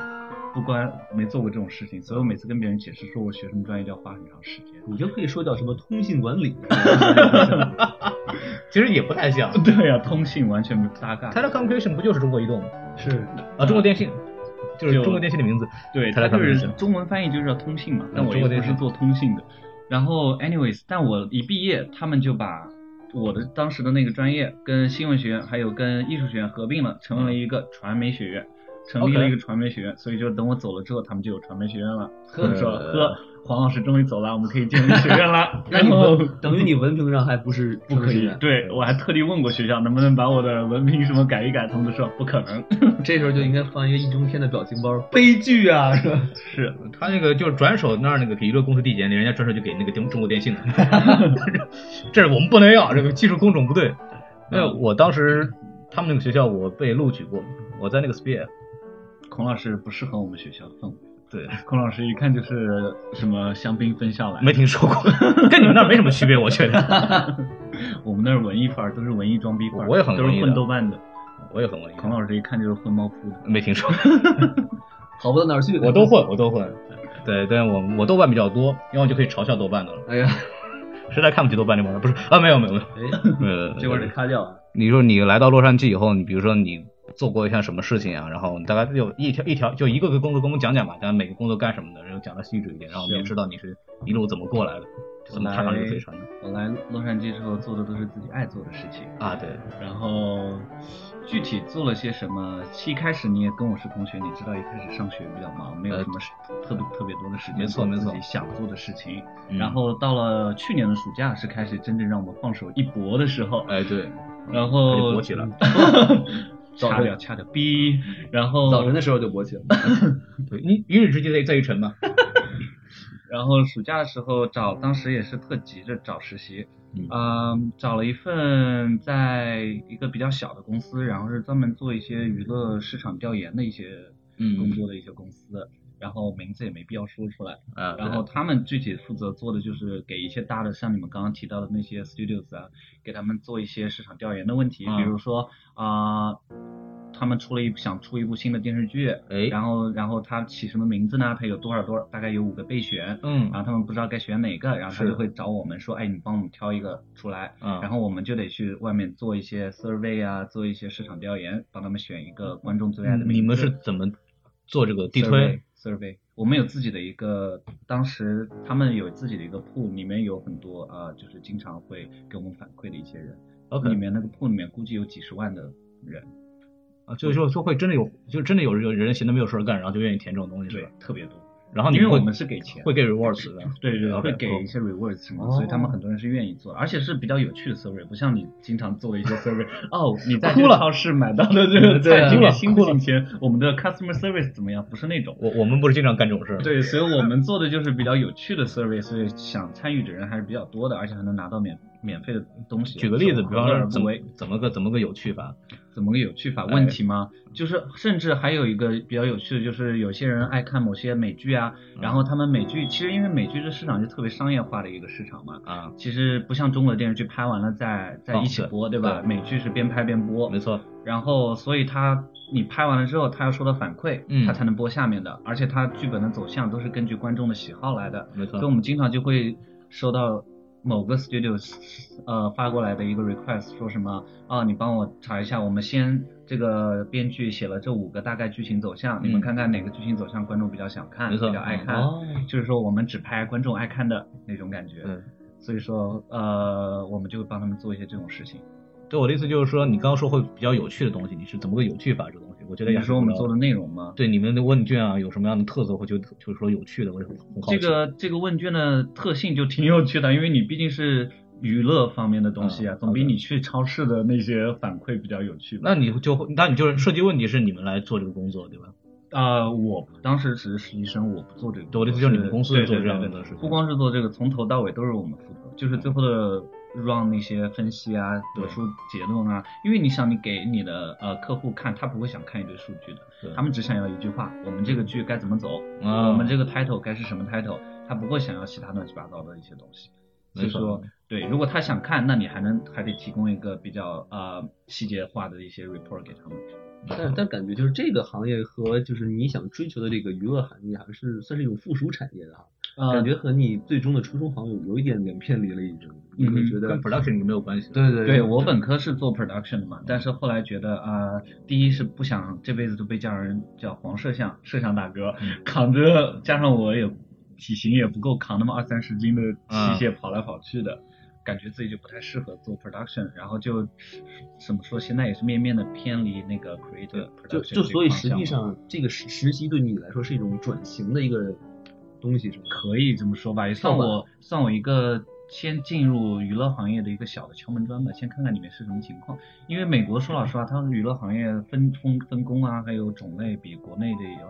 Speaker 3: 不关没做过这种事情，所以我每次跟别人解释说我学什么专业就要花很长时间。
Speaker 2: 你就可以说叫什么通信管理，
Speaker 1: 其实也不太像
Speaker 3: 对呀、通信完全没搭嘎。
Speaker 1: ，telecommunication 不就是中国移动吗
Speaker 2: 是
Speaker 1: 啊，中国电信就是
Speaker 3: 就
Speaker 1: 中国电信的名字，
Speaker 3: 对，它就是中文翻译就叫通信嘛，但我又不是做通信的。然后，anyways，但我一毕业，他们就把我的当时的那个专业跟新闻学院还有跟艺术学院合并了，成为了一个传媒学院，成立了一个传媒学院。所以就等我走了之后，他们就有传媒学院了。
Speaker 1: 呵
Speaker 3: 我说呵，黄老师终于走了，我们可以建立学院了。
Speaker 2: 那你
Speaker 3: 然后
Speaker 2: 文等于你文凭上还不是
Speaker 3: 不可以， 对我还特地问过学校能不能把我的文凭什么改一改，他们都说不可能。
Speaker 2: 这时候就应该放一个易中天的表情包，悲剧啊，是吧？
Speaker 3: 是，
Speaker 1: 他那个就是转手那儿那个给娱乐公司递简历，人家转手就给那个中中国电信了，这是我们不能要，这个技术工种不对。那我当时他们那个学校我被录取过，我在那个 Spear，
Speaker 3: 孔老师不适合我们学校的氛围。
Speaker 1: 对，
Speaker 3: 孔老师一看就是什么香槟分校来，
Speaker 1: 没听说过，跟你们那儿没什么区别，我觉得。
Speaker 3: 我们那儿文艺范儿都是文艺装逼范儿，
Speaker 1: 我也很
Speaker 3: 都
Speaker 1: 文艺
Speaker 3: 是
Speaker 1: 的
Speaker 3: 混豆瓣的。
Speaker 1: 我也很文艺，
Speaker 3: 孔老师一看就是混猫扑的，
Speaker 1: 没听说过，
Speaker 2: 好不到哪儿去，
Speaker 1: 我都。混，我都混。对，但我我豆瓣比较多，要么就可以嘲笑豆瓣的了，
Speaker 2: 哎呀，
Speaker 1: 实在看不起豆瓣这帮人，不是啊，没有没有没有，
Speaker 2: 哎，
Speaker 1: 没有没有
Speaker 2: 这块儿得咔掉啊。
Speaker 1: 你说你来到洛杉矶以后，你比如说你做过一项什么事情啊，然后你大概有一条一条就一个个工作跟我们讲讲吧，咱每个工作干什么的，然后讲的细致一点，让我们也
Speaker 3: 行
Speaker 1: 知道你是一路怎么过来的，怎么踏上这个飞船的
Speaker 3: 我来洛杉矶之后做的都是自己爱做的事情，
Speaker 1: 啊？对，
Speaker 3: 然后具体做了些什么，一开始你也跟我是同学，你知道一开始上学比较忙，没有
Speaker 1: 呃
Speaker 3: 什么事特别特别多的时间，
Speaker 1: 没错
Speaker 3: 做
Speaker 1: 没
Speaker 3: 自
Speaker 1: 错
Speaker 3: 己想做的事情。
Speaker 1: 嗯
Speaker 3: 然后到了去年的暑假是开始真正让我们放手一搏的时候，
Speaker 1: 哎对，
Speaker 3: 然
Speaker 1: 他就
Speaker 3: 后
Speaker 1: 勃起了，
Speaker 3: 掐掉掐掉逼，
Speaker 1: 嗯
Speaker 3: 然后
Speaker 2: 早晨的时候就勃起了，
Speaker 1: 对你一日之计在在于晨 嘛，
Speaker 3: 然后暑假的时候找，当时也是特急着找实习，
Speaker 1: 嗯
Speaker 3: 嗯，找了一份在一个比较小的公司，然后是专门做一些娱乐市场调研的一些
Speaker 1: 嗯
Speaker 3: 工作的一些公司，然后名字也没必要说出来。
Speaker 1: 啊，对
Speaker 3: 然后他们具体负责做的就是给一些大的，像你们刚刚提到的那些 studios 啊，给他们做一些市场调研的问题，
Speaker 1: 嗯
Speaker 3: 比如说啊、他们出了一想出一部新的电视剧，
Speaker 1: 哎
Speaker 3: 然后然后他起什么名字呢？他有多少多少，大概有五个备选。
Speaker 1: 嗯
Speaker 3: 然后他们不知道该选哪个，然后他
Speaker 1: 是
Speaker 3: 就会找我们说，哎，你帮我们挑一个出来，
Speaker 1: 嗯，
Speaker 3: 然后我们就得去外面做一些 survey 啊，做一些市场调研，帮他们选一个观众最爱的名字。
Speaker 1: 嗯你们是怎么做这个地推？
Speaker 3: survey, survey，我们有自己的一个，当时他们有自己的一个 pool，里面有很多呃，就是经常会给我们反馈的一些人。里
Speaker 1: ？OK，
Speaker 3: 面那个 pool 里面估计有几十万的人，
Speaker 1: 啊就就就会真的有，就真的有有人闲的没有事儿干，然后就愿意填这种东西，是
Speaker 3: 对
Speaker 1: 吧？，
Speaker 3: 特别多。
Speaker 1: 然后你
Speaker 3: 因为
Speaker 1: 会
Speaker 3: 我们是给钱，
Speaker 1: 会给 rewards 的，
Speaker 3: 对对，哦
Speaker 1: OK，
Speaker 3: 会给一些 rewards 什么的，所以他们很多人是愿意做的，而且是比较有趣的 survey，不像你经常做的 一些 survey，哦，你在这
Speaker 1: 哭
Speaker 3: 个
Speaker 1: 了
Speaker 3: 超市买到的这个
Speaker 1: 对
Speaker 3: 菜
Speaker 1: 哭了
Speaker 3: 新
Speaker 1: 哭了
Speaker 3: 不新鲜，我们的 customer service 怎么样？不是那种。
Speaker 1: 我我们不是经常干这种事儿，
Speaker 3: 对，所以我们做的就是比较有趣的 survey，所以想参与的人还是比较多的，而且还能拿到免免费的东西。
Speaker 1: 举个例子，
Speaker 3: 手
Speaker 1: 比方
Speaker 3: 何乐
Speaker 1: 说
Speaker 3: 而不
Speaker 1: 怎么
Speaker 3: 为
Speaker 1: 怎么个怎么个有趣法？
Speaker 3: 怎么个有趣法？
Speaker 1: 哎
Speaker 3: 问题吗？就是甚至还有一个比较有趣的，就是有些人爱看某些美剧啊，
Speaker 1: 嗯
Speaker 3: 然后他们美剧其实因为美剧这市场是特别商业化的一个市场嘛，
Speaker 1: 啊，
Speaker 3: 其实不像中国的电视剧拍完了再再
Speaker 1: 放
Speaker 3: 一起
Speaker 1: 对
Speaker 3: 播，对吧？
Speaker 1: 对
Speaker 3: 美剧是边拍边播，
Speaker 1: 没错，
Speaker 3: 然后所以他你拍完了之后，他要收到反馈，
Speaker 1: 嗯
Speaker 3: 他才能播下面的，而且他剧本的走向都是根据观众的喜好来的，
Speaker 1: 没
Speaker 3: 所以我
Speaker 1: 错，
Speaker 3: 们经常就会收到某个 studio 呃发过来的一个 request，说什么啊，你帮我查一下，我们先这个编剧写了这五个大概剧情走向，
Speaker 1: 嗯
Speaker 3: 你们看看哪个剧情走向观众比较想看，
Speaker 1: 没错
Speaker 3: 比较爱看，
Speaker 2: 哦，
Speaker 3: 就是说我们只拍观众爱看的那种感觉。
Speaker 1: 嗯。
Speaker 3: 所以说，呃，我们就会帮他们做一些这种事情。
Speaker 1: 对我的意思就是说，你刚刚说会比较有趣的东西，你是怎么个有趣法？这个东西，我觉得
Speaker 3: 你
Speaker 1: 也
Speaker 3: 说我们做的内容吗？
Speaker 1: 对你们的问卷啊有什么样的特色，或者就就是说有趣的，我也很好
Speaker 3: 这
Speaker 1: 奇。
Speaker 3: 个这个问卷的特性就挺有趣的，因为你毕竟是娱乐方面的东西啊，
Speaker 1: 嗯
Speaker 3: 总比
Speaker 1: 好的
Speaker 3: 你去超市的那些反馈比较有趣吧。
Speaker 1: 那你就那你就是设计问题是你们来做这个工作对吧？
Speaker 3: 啊、我当时只是实习生，我不做这个工
Speaker 1: 对
Speaker 3: 作。
Speaker 1: 我的意思就是你们公司
Speaker 3: 对
Speaker 1: 做
Speaker 3: 对
Speaker 1: 这样
Speaker 3: 对
Speaker 1: 的
Speaker 3: 对
Speaker 1: 事情啊
Speaker 3: 不光是做这个，从头到尾都是我们负责，就是最后的 run 那些分析啊，
Speaker 1: 对
Speaker 3: 得出结论啊。因为你想，你给你的呃客户看，他不会想看一堆数据的，
Speaker 1: 对
Speaker 3: 他们只想要一句话：我们这个剧该怎么走，
Speaker 1: 啊
Speaker 3: 我们这个 title 该是什么 title，他不会想要其他乱七八糟的一些东西。所以
Speaker 1: 没错
Speaker 3: 说，对，如果他想看，那你还能还得提供一个比较呃细节化的一些 report 给他们。
Speaker 2: 但但感觉就是这个行业和就是你想追求的这个娱乐行业，还是算是一种附属产业的哈。
Speaker 3: 呃
Speaker 2: 感觉和你最终的初衷好像有有一点点偏离了，已经。你
Speaker 3: 嗯
Speaker 2: 会觉得
Speaker 1: 跟 production 有没有关系？
Speaker 2: 对对
Speaker 3: 对我本科是做 production 的嘛，但是后来觉得啊、呃第一是不想这辈子都被叫人叫黄摄像摄像大哥，
Speaker 2: 嗯
Speaker 3: 扛着加上我也体型也不够扛那么二三十斤的
Speaker 2: 嗯
Speaker 3: 器械跑来跑去的，感觉自己就不太适合做 production，然后就怎么说，现在也是面面的偏离那个 creative production
Speaker 2: 就
Speaker 3: 这
Speaker 2: 就
Speaker 3: 个
Speaker 2: 所以
Speaker 3: 方
Speaker 2: 实
Speaker 3: 向
Speaker 2: 际
Speaker 3: 了
Speaker 2: 上这个实实习对你来说是一种转型的一个东西，是吗？
Speaker 3: 可以这么说吧，也算我算我一个先进入娱乐行业的一个小的敲门砖吧，先看看里面是什么情况。因为美国说老实话，它的娱乐行业分分分工啊，还有种类比国内的也要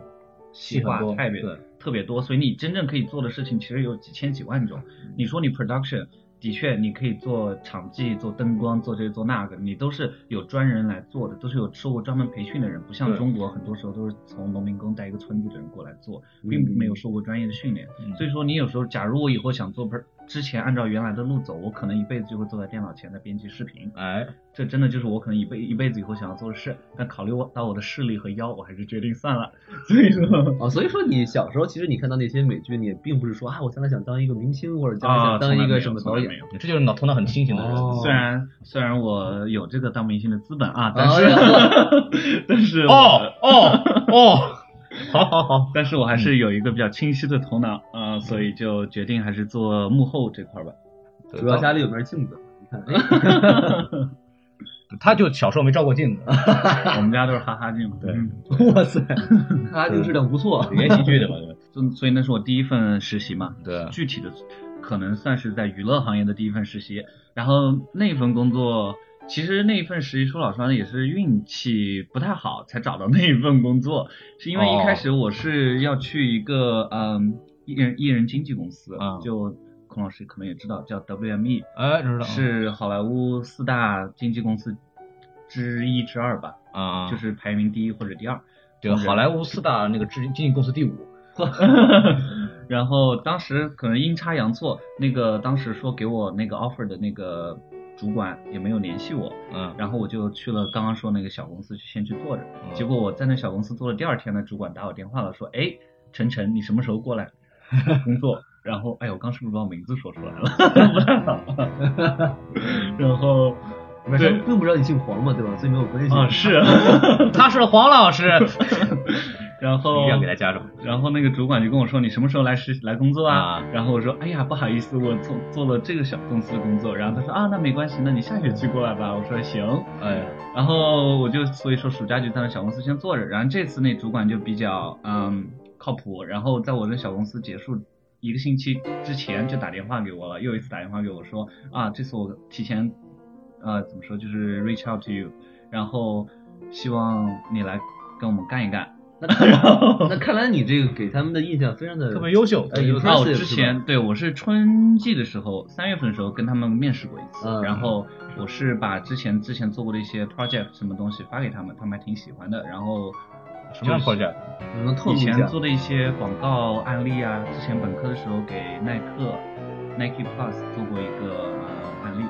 Speaker 3: 细化
Speaker 1: 细很多
Speaker 3: 特别
Speaker 1: 对
Speaker 3: 特别多，所以你真正可以做的事情其实有几千几万种。你说你 production。的确，你可以做场记、做灯光、做这个做那个，你都是有专人来做的，都是有受过专门培训的人，不像
Speaker 1: 对
Speaker 3: 中国很多时候都是从农民工带一个村子的人过来做，
Speaker 2: 嗯
Speaker 3: 并没有受过专业的训练。
Speaker 1: 嗯
Speaker 3: 所以说，你有时候，假如我以后想做，不是之前按照原来的路走，我可能一辈子就会坐在电脑前在编辑视频。
Speaker 1: 哎，
Speaker 3: 这真的就是我可能一辈一辈子以后想要做的事。但考虑我到我的视力和腰，我还是决定算了。所 以说，
Speaker 2: 啊，所以说你小时候其实你看到那些美剧，你也并不是说啊，我将来想当一个明星，或者将来
Speaker 3: 啊，
Speaker 2: 想当一个什
Speaker 3: 从
Speaker 2: 么导演
Speaker 3: 来没有从来没。有
Speaker 1: 这就是脑头脑很清醒的人。
Speaker 2: 哦
Speaker 3: 虽然虽然我有这个当明星的资本啊，但
Speaker 2: 哎
Speaker 3: 是、
Speaker 2: 呀
Speaker 3: 但是我
Speaker 1: 哦哦哦， 好好好，
Speaker 3: 但是我还
Speaker 2: 嗯
Speaker 3: 是有一个比较清晰的头脑啊、呃所以就决定还是做幕后这 块儿吧。
Speaker 1: 对
Speaker 2: 主要家里有面镜 子，你看，哎
Speaker 1: 他就小时候没照过镜子，
Speaker 3: 我们家都是哈哈镜，
Speaker 1: 对
Speaker 3: 嗯
Speaker 2: 哇塞，他这个质量不错。
Speaker 1: 演喜剧的嘛，
Speaker 3: 就 所以那是我第一份实习嘛，
Speaker 1: 对
Speaker 3: 具体的可能算是在娱乐行业的第一份实习。然后那份工作，其实那一份实习说老实话呢也是运气不太好才找到那一份工作，是因为
Speaker 1: 哦
Speaker 3: 一开始我是要去一个嗯艺人艺人经纪公司，
Speaker 1: 啊
Speaker 3: 就孔老师可能也知道叫 WME，
Speaker 1: 哎，知道
Speaker 3: 是好莱坞四大经纪公司之一之二吧，
Speaker 1: 啊，
Speaker 3: 就是排名第一或者第二。
Speaker 1: 这个好莱坞四大那个制经纪公司第五，
Speaker 3: 然后当时可能阴差阳错，那个当时说给我那个 offer 的那个主管也没有联系我，
Speaker 1: 嗯，
Speaker 3: 然后我就去了刚刚说那个小公司去先去做着。
Speaker 1: 嗯
Speaker 3: 结果我在那小公司做了第二天呢，主管打我电话了，说：“哎，晨晨，你什么时候过来 工作？”然后，哎呀，我刚是不是把我名字说出来了？不太好。 然后
Speaker 2: 反
Speaker 3: 对
Speaker 2: 正并不知道你姓黄嘛，对吧？所以没有关系。
Speaker 3: 啊是，
Speaker 1: 他是黄老 师，哦
Speaker 3: 然后
Speaker 1: 一定要给他加上。
Speaker 3: 然后那个主管就跟我说：“你什么时候来实来工作啊？”
Speaker 1: 啊
Speaker 3: 然后我说：“哎呀，不好意思，我做做了这个小公司的工作。”然后他说：“啊，那没关系，那你下学期过来吧。”我说：“行。
Speaker 1: 哎，”
Speaker 3: 然后我就所以说暑假就在那小公司先做着。然后这次那主管就比较嗯靠谱，然后在我这小公司结束一个星期之前就打电话给我了，又一次打电话给我说：“啊，这次我提前呃怎么说就是 reach out to you，然后希望你来跟我们干一干。”
Speaker 2: 那看来你这个给他们的印象非常的
Speaker 1: 特别优秀，
Speaker 2: 哎有
Speaker 3: 哦，我
Speaker 2: Impressive，
Speaker 3: 之
Speaker 2: 是吧
Speaker 3: 前对我是春季的时候，三月份的时候跟他们面试过一次，
Speaker 2: 嗯
Speaker 3: 然后我是把之前之前做过的一些 project 什么东西发给他们，他们还挺喜欢的。然后
Speaker 1: 什么样的 project？
Speaker 2: 你能透露
Speaker 3: 以
Speaker 2: 一下
Speaker 3: 前做的一些广告案例啊，之前本科的时候给耐克 Nike Plus 做过一个呃案例，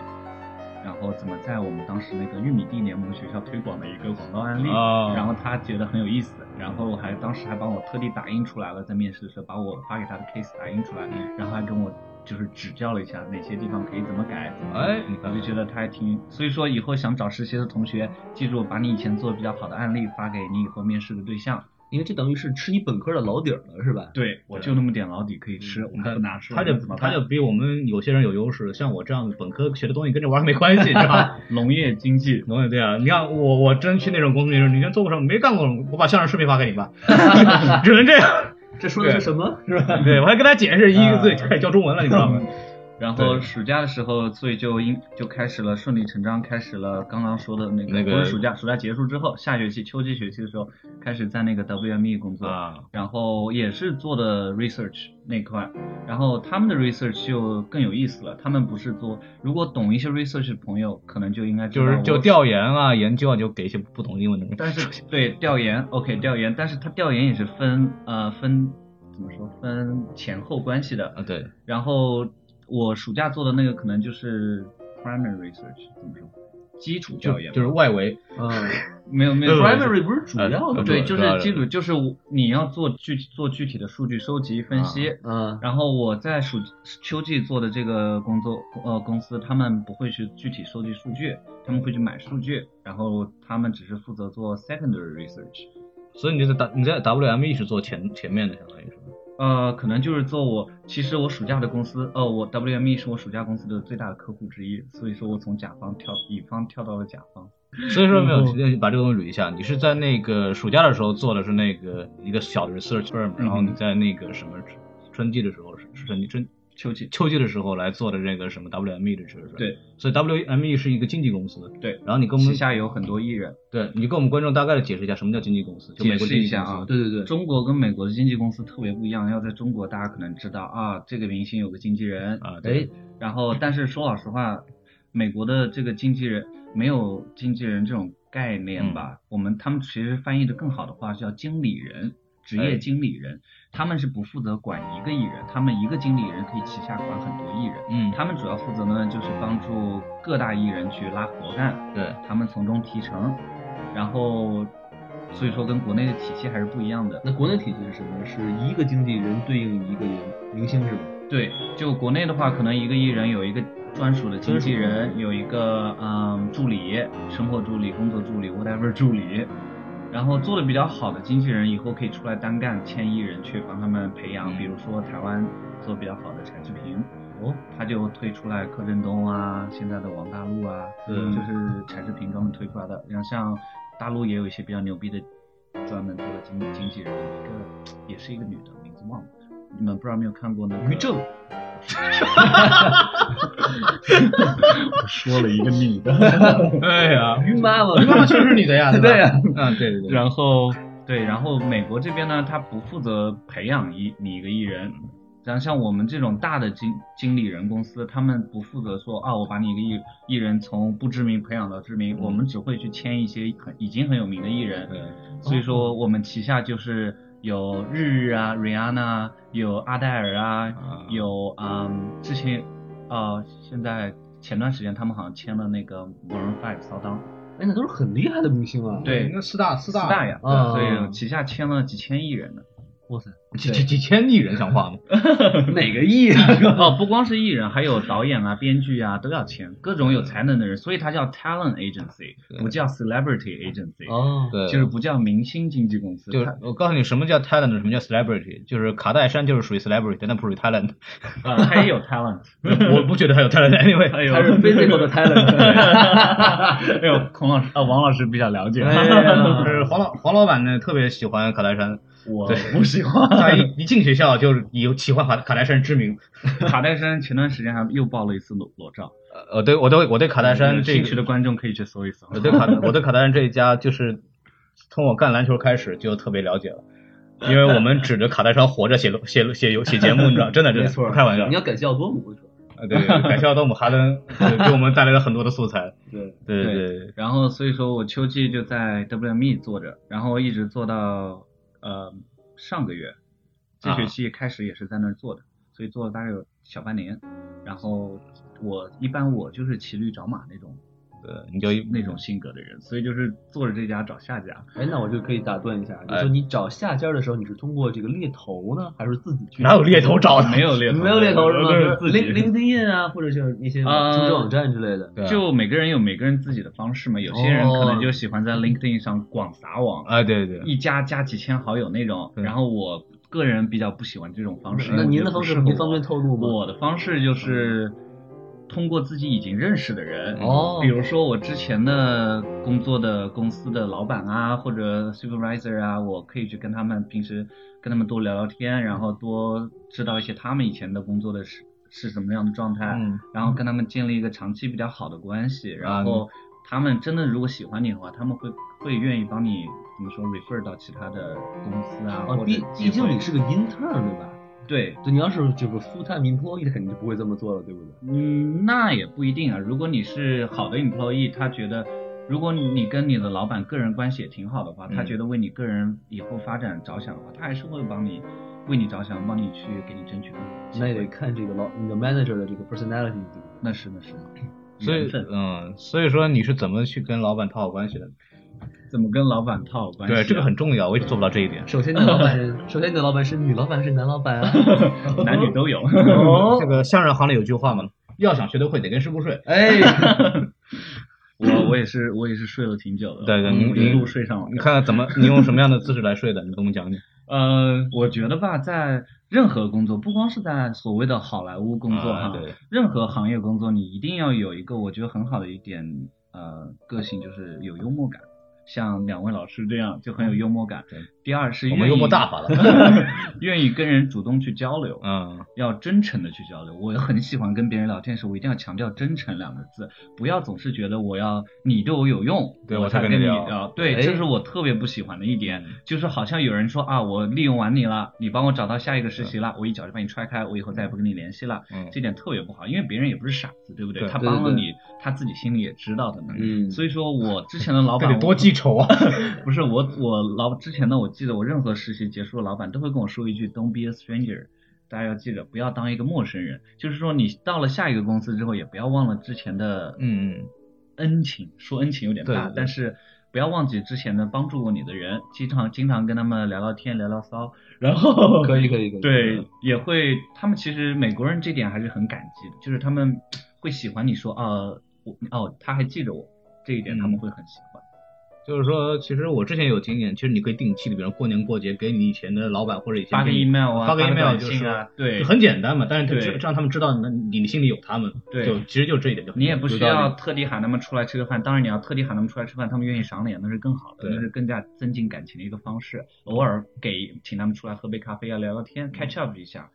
Speaker 3: 然后怎么在我们当时那个玉米地联盟学校推广的一个广告案例，
Speaker 1: 哦
Speaker 3: 然后他觉得很有意思，然后还当时还帮我特地打印出来了，在面试的时候把我发给他的 case 打印出来，
Speaker 2: 嗯
Speaker 3: 然后还跟我就是指教了一下哪些地方可以怎么改，怎么做
Speaker 1: 哎，你
Speaker 3: 我就
Speaker 1: 看，
Speaker 3: 觉得他还挺，所以说以后想找实习的同学，记住把你以前做的比较好的案例发给你以后面试的对象，
Speaker 2: 因为这等于是吃你本科的老底儿了，是吧？
Speaker 3: 对我就那么点老底可以吃，我们拿出
Speaker 1: 嗯
Speaker 3: 来
Speaker 1: 他就
Speaker 3: 怎么
Speaker 1: 他
Speaker 3: 办
Speaker 1: 就比我们有些人有优势，像我这样本科学的东西跟这玩意儿没关系，是 吧？
Speaker 3: 农业经济，
Speaker 1: 农业对啊，你看我我真去那种公司里说，你看做过什么？没干过什么，我把相声视频发给你 吧，只能这样，
Speaker 2: 这说的是什么？是吧？
Speaker 1: 对我还跟他解释一个
Speaker 3: 啊
Speaker 1: 字，就开始教中文了，你知道吗？
Speaker 3: 然
Speaker 1: 对
Speaker 3: 后暑假的时候，所以就因就开始了顺理成章开始了刚刚说的那个，
Speaker 1: 那个
Speaker 3: 不是暑假，暑假结束之后，下学期秋季学期的时候开始在那个 WME 工作，
Speaker 1: 啊，
Speaker 3: 然后也是做的 research 那块，然后他们的 research 就更有意思了，他们不是做，如果懂一些 research 的朋友，可能就应该知
Speaker 1: 就
Speaker 3: 道
Speaker 1: 是
Speaker 3: 我
Speaker 1: 就调研啊、研究啊，就给一些不懂英文的人。
Speaker 3: 但是 嗯对调研，OK 调研，但是它调研也是分呃分怎么说分前后关系的。
Speaker 1: 啊，对，
Speaker 3: 然后我暑假做的那个可能就是 primary research 怎么说，基础
Speaker 1: 就
Speaker 3: 调研吧
Speaker 1: 就是外围，
Speaker 2: 嗯
Speaker 3: 没有没有
Speaker 2: ，primary 不是主要的
Speaker 1: 呃
Speaker 2: 吗，
Speaker 3: 对，
Speaker 1: 主
Speaker 3: 就
Speaker 1: 要的
Speaker 3: 是基础就是你要做具做具体的数据收集分
Speaker 1: 啊
Speaker 3: 析。
Speaker 2: 嗯
Speaker 3: 然后我在暑秋季做的这个工作，呃，公司他们不会去具体收集数据，他们会去买数据，然后他们只是负责做 secondary research。
Speaker 1: 所以你就在 W 你在 WME 是做前前面的，相当于是吧。
Speaker 3: 呃，可能就是做我，其实我暑假的公司，呃，我 WME 是我暑假公司的最大的客户之一，所以说我从甲方跳乙方跳到了甲方。
Speaker 1: 所以说没有
Speaker 3: 嗯
Speaker 1: 直接把这个东西捋一下。你是在那个暑假的时候做的是那个一个小的 research firm，然
Speaker 3: 嗯
Speaker 1: 后你在那个什么春季的时候是是春春
Speaker 3: 秋季
Speaker 1: 秋季的时候来做的这个什么 WME 的事是吧？
Speaker 3: 对，
Speaker 1: 所以 WME 是一个经纪公司。
Speaker 3: 对
Speaker 1: 然后你跟我
Speaker 3: 旗
Speaker 1: 们
Speaker 3: 下有很多艺人，
Speaker 1: 对你跟我们观众大概的解释一下什么叫经纪公司，就美国
Speaker 3: 解
Speaker 1: 经
Speaker 3: 释一
Speaker 1: 纪
Speaker 3: 下
Speaker 1: 公司
Speaker 3: 啊。
Speaker 2: 对对对
Speaker 3: 中国跟美国的经纪公司特别不一样，要在中国大家可能知道啊，这个明星有个经纪人
Speaker 1: 啊对
Speaker 3: 哎，然后但是说老实话，美国的这个经纪人没有经纪人这种概念吧？我们他们其实翻译的更好的话是叫经理人。职
Speaker 1: 哎
Speaker 3: 业经理人，他们是不负责管一个艺人，他们一个经理人可以旗下管很多艺人，
Speaker 1: 嗯，
Speaker 3: 他们主要负责呢就是帮助各大艺人去拉活干，
Speaker 1: 对，
Speaker 3: 他们从中提成，然后所以说跟国内的体系还是不一样的。
Speaker 2: 那国内体系是什么？是一个经纪人对应一个人明星是吧？
Speaker 3: 对，就国内的话，可能一个艺人有一个专属的经纪人，有一个嗯助理、生活助理、工作助理、whatever 助理。然后做的比较好的经纪人，以后可以出来单干，签艺人去帮他们培养，
Speaker 1: 嗯
Speaker 3: 比如说台湾做比较好的柴智屏，哦，他就推出来柯震东啊，现在的王大陆啊，
Speaker 1: 嗯
Speaker 3: 就是柴智屏专门推出来的。然后像大陆也有一些比较牛逼的，专门做经经纪人，一个也是一个女的，名字忘了。你们不知道有没有看过那个
Speaker 2: 于正，
Speaker 3: 我说了一个女的，
Speaker 1: 哎呀，
Speaker 2: 于妈妈，
Speaker 1: 你妈妈确实是你的呀，吧
Speaker 2: 对呀，
Speaker 1: 嗯，对对对，
Speaker 3: 然后对，然后美国这边呢，他不负责培养一你一个艺人，然后像我们这种大的经经理人公司，他们不负责说啊，我把你一个艺艺人从不知名培养到知名，我们只会去签一些很已经很有名的艺人，
Speaker 1: 对
Speaker 3: 所以
Speaker 1: 哦
Speaker 3: 说我们旗下就是有日日啊、Rihanna 啊，有阿黛尔啊，
Speaker 1: 啊
Speaker 3: 有嗯之前呃现在前段时间他们好像签了那个 Maroon Five 骚当，
Speaker 2: 哎，那都是很厉害的明星啊。
Speaker 3: 对
Speaker 1: 那四大四大
Speaker 3: 四大呀，
Speaker 2: 啊
Speaker 3: 所以旗下签了几千亿 人呢。
Speaker 2: 哇塞，
Speaker 1: 几几几千亿人像话吗？
Speaker 2: 哪个艺啊？
Speaker 3: 哦，不光是艺人，还有导演啊、编剧啊都要签，各种有才能的人，所以它叫 talent agency，不叫 celebrity agency，
Speaker 2: 哦，
Speaker 1: 对，
Speaker 3: 就是不叫明星经纪公司。
Speaker 1: 就是
Speaker 3: 它
Speaker 1: 我告诉你什么叫 talent，什么叫 celebrity，就是卡戴珊就是属于 celebrity，但她不属于 talent。
Speaker 3: 啊，它也有 talent。
Speaker 1: 我不觉得她有 talent，anyway。
Speaker 3: 哎呦
Speaker 2: 还是 physical 的 talent。
Speaker 3: 哎呦，孔老师啊，王老师比较了解。
Speaker 2: 哎呀
Speaker 1: 就是黄老黄老板呢，特别喜欢卡戴珊，
Speaker 3: 我
Speaker 1: 对
Speaker 3: 不喜欢。
Speaker 1: 他一一进学校就是以喜欢卡卡戴珊之名。
Speaker 3: 卡戴珊前段时间还又爆了一次裸裸照，
Speaker 1: 呃，对我对我对卡戴珊
Speaker 3: 有
Speaker 1: 这
Speaker 3: 兴趣的
Speaker 1: 个，
Speaker 3: 观众可以去搜一搜。
Speaker 1: 我对卡我对卡戴珊这一家，就是从我干篮球开始就特别了解了，因为我们指着卡戴珊活着写写写写节目，你知道，真的真
Speaker 2: 没
Speaker 1: 的
Speaker 2: 错，
Speaker 1: 不开玩笑
Speaker 2: 你。要感谢奥多姆，我跟你说
Speaker 1: 啊对，感谢奥多姆哈登对给我们带来了很多的素材。
Speaker 2: 对，
Speaker 1: 对
Speaker 3: 对
Speaker 1: 对。
Speaker 3: 然后所以说我秋季就在 WME 做着，然后一直做到呃上个月，这学期开始也是在那儿做的，所以做了大概有小半年。然后我一般我就是骑驴找马那种，
Speaker 1: 呃，你就
Speaker 3: 那种性格的人，所以就是做着这家找下家。
Speaker 2: 哎，那我就可以打断一下，你
Speaker 1: 哎
Speaker 2: 说你找下家的时候，你是通过这个猎头呢，还是自 己去？
Speaker 1: 哪有猎头找的？
Speaker 3: 没有猎头，
Speaker 2: 没有猎头是吗？
Speaker 3: 都是
Speaker 2: 就是
Speaker 3: 自己
Speaker 2: Link LinkedIn 啊，或者像一些
Speaker 3: 啊
Speaker 2: 求职网站之类的。
Speaker 1: 对啊
Speaker 3: 就每个人有每个人自己的方式
Speaker 2: 哦
Speaker 3: 嘛，有些人可能就喜欢在 LinkedIn 上广撒网，
Speaker 1: 啊，对对对，
Speaker 3: 一加加几千好友那种。
Speaker 1: 对
Speaker 3: 然后我个人比较不喜欢这种方式。
Speaker 2: 那您的方式
Speaker 3: 因为我觉得不适合
Speaker 2: 您方便透露吗？
Speaker 3: 我的方式就是通过自己已经认识的人，
Speaker 2: 哦
Speaker 3: 比如说我之前的工作的公司的老板啊，或者 supervisor 啊，我可以去跟他们平时跟他们多聊聊天，然后多知道一些他们以前的工作的是是什么样的状态。
Speaker 1: 嗯，
Speaker 3: 然后跟他们建立一个长期比较好的关系，
Speaker 1: 啊
Speaker 3: 然后他们真的如果喜欢你的话，他们会会愿意帮你怎么说 refer 到其他的公司啊，
Speaker 2: 啊，
Speaker 3: 或者
Speaker 2: 毕
Speaker 3: 机
Speaker 2: 毕竟
Speaker 3: 会
Speaker 2: 你是个 intern 对吧？
Speaker 3: 对，
Speaker 2: 对，你要是就是 full time employee，肯定就不会这么做了，对不对？
Speaker 3: 嗯，那也不一定啊。如果你是好的 employee，他觉得嗯如果你你跟你的老板个人关系也挺好的话，他
Speaker 1: 嗯
Speaker 3: 觉得为你个人以后发展着想的话，他还是会帮你为你着想，帮你去给你争取更好的机
Speaker 2: 那也
Speaker 3: 会
Speaker 2: 得。看这个老你的 manager 的这个 personality，对不对？
Speaker 3: 那是那是，
Speaker 1: 所以
Speaker 3: 缘分
Speaker 1: 嗯，所以说你是怎么去跟老板讨好关系的？
Speaker 3: 怎么跟老板套好关系啊、
Speaker 1: 对，这个很重要，我一直做不到这一点。
Speaker 2: 首 先，你的老板是，首先你的老板是女老板还是男老板啊？
Speaker 3: 男女都有。
Speaker 1: 这个相声行里有句话嘛，要想学得会，得跟师傅睡。
Speaker 2: 哦哎，
Speaker 3: 我我也是我也是睡了挺久的，
Speaker 1: 对对，
Speaker 3: 嗯
Speaker 1: 你
Speaker 3: 我一
Speaker 1: 你
Speaker 3: 路睡上了。
Speaker 1: 你看看怎么，你用什么样的姿势来睡的？你跟我们讲讲。
Speaker 3: 呃，我觉得吧，在任何工作，不光是在所谓的好莱坞 工作哈、
Speaker 1: 啊对，
Speaker 3: 任何行业工作，你一定要有一个我觉得很好的一点呃个性，就是有幽默感。像两位老师这样就很有幽默感。
Speaker 1: 嗯对
Speaker 3: 第二是
Speaker 1: 我
Speaker 3: 愿
Speaker 1: 们
Speaker 3: 意
Speaker 1: 幽默大发了，
Speaker 3: 愿意跟人主动去交流，
Speaker 1: 嗯，
Speaker 3: 要真诚的去交流。我很喜欢跟别人聊天的时，候，我一定要强调“真诚”两个字，不要总是觉得我要你对我有用，
Speaker 1: 对
Speaker 3: 我
Speaker 1: 我才
Speaker 3: 才
Speaker 1: 跟
Speaker 3: 跟
Speaker 1: 你聊嗯
Speaker 3: 聊。对，
Speaker 2: 哎
Speaker 3: 这是我特别不喜欢的一点，就是好像有人说啊，我利用完你了，你帮我找到下一个实习了，我一脚就把你踹开，我以后再也不跟你联系了。
Speaker 1: 嗯
Speaker 3: 这点特别不好，因为别人也不是傻子，对不对？
Speaker 1: 对
Speaker 3: 他
Speaker 2: 对
Speaker 3: 帮了
Speaker 2: 对
Speaker 3: 你，他自己心里也知道的呢。
Speaker 2: 嗯
Speaker 3: 所以说我之 前的老
Speaker 1: 这
Speaker 3: 板
Speaker 1: 得多记仇啊！
Speaker 3: 不是我，我老之前呢，我记得我任何实习结束的老板都会跟我说一句 “Don't be a stranger”，大家要记着，不要当一个陌生人。就是说，你到了下一个公司之后，也不要忘了之前的
Speaker 1: 嗯嗯，
Speaker 3: 恩情，说恩情有点大，
Speaker 1: 对对对
Speaker 3: 但是不要忘记之前的帮助过你的人，经常经常跟他们聊聊天、聊聊骚，然后
Speaker 2: 可以可以可以。
Speaker 3: 对，也会，他们其实美国人这点还是很感激的，就是他们会喜欢你说啊，我哦，他还记着我这一点，他们会很喜欢。
Speaker 1: 就是说，其实我之前有经验，其实你可以定期的，比如过年过节给你以前的老板或者以前
Speaker 3: 发个
Speaker 1: 给你
Speaker 3: email 啊
Speaker 1: 发个
Speaker 3: 发个
Speaker 1: email
Speaker 3: 短
Speaker 1: 就
Speaker 3: 信
Speaker 1: 是
Speaker 3: 啊对
Speaker 1: 就很简单嘛，但是他
Speaker 3: 对
Speaker 1: 知让他们知道你你心里有他们，
Speaker 3: 对
Speaker 1: 就其实就这一点就很
Speaker 3: 你也不
Speaker 1: 有
Speaker 3: 需
Speaker 1: 道理
Speaker 3: 要特地喊他们出来吃个饭，当然你要特地喊他们出来吃饭，他们愿意赏脸，那是更好的，
Speaker 1: 对
Speaker 3: 那是更加增进感情的一个方式。偶尔给请他们出来喝杯咖啡啊，聊聊天，catch up 一下，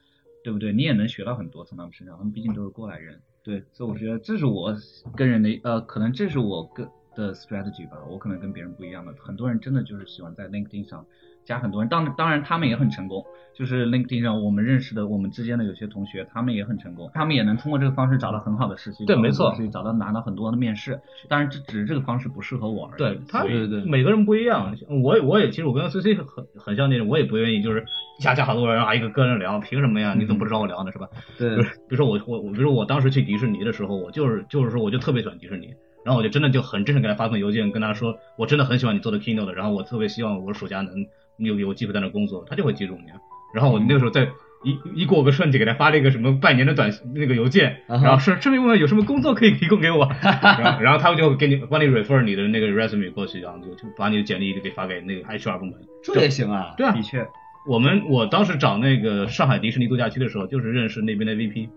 Speaker 3: 对不对？你也能学到很多从他们身上，他们毕竟都是过来人。
Speaker 2: 对，
Speaker 3: 所以我觉得这是我跟人的呃，可能这是我跟的 strategy 吧，我可能跟别人不一样的。很多人真的就是喜欢在 LinkedIn 上加很多人，当当然他们也很成功，就是 LinkedIn 上我们认识的，我们之间的有些同学，他们也很成功，他们也能通过这个方式找到很好的实习，
Speaker 1: 对
Speaker 3: 找到
Speaker 1: 没错
Speaker 3: 很好的实习找到拿到很多的面试。当然这只是这个方式不适合我而已。
Speaker 1: 对他
Speaker 3: 所以嗯
Speaker 2: 对对对
Speaker 1: 每个人不一样，我也我也其实我跟 C C 很很像那种，我也不愿意就是一下加好多人啊，一个个人聊，凭什么呀？你怎么不找我聊呢？是吧？比
Speaker 2: 对
Speaker 1: 如比如说我我我比如说我当时去迪士尼的时候，我就是就是说我就特别喜欢迪士尼，然后我就真的就很真诚给他发封邮件，跟他说我真的很喜欢你做的 keynote，然后我特别希望我暑假能有有机会在那工作，他就会记住你啊。然后我那个时候在。一一过个春节，给他发了一个什么拜年的短信那个邮件，
Speaker 2: 啊哈
Speaker 1: 然后顺顺便问问有什么工作可以提供给我，然后然后他们就给你帮你 refer 你的那个 resume 过去，然后就就把你的简历给发给那个 HR 部门。
Speaker 2: 这也行 啊。
Speaker 1: 对啊
Speaker 3: 的，确，
Speaker 1: 我们我当时找那个上海迪士尼度假区的时候，就是认识那边的 VP，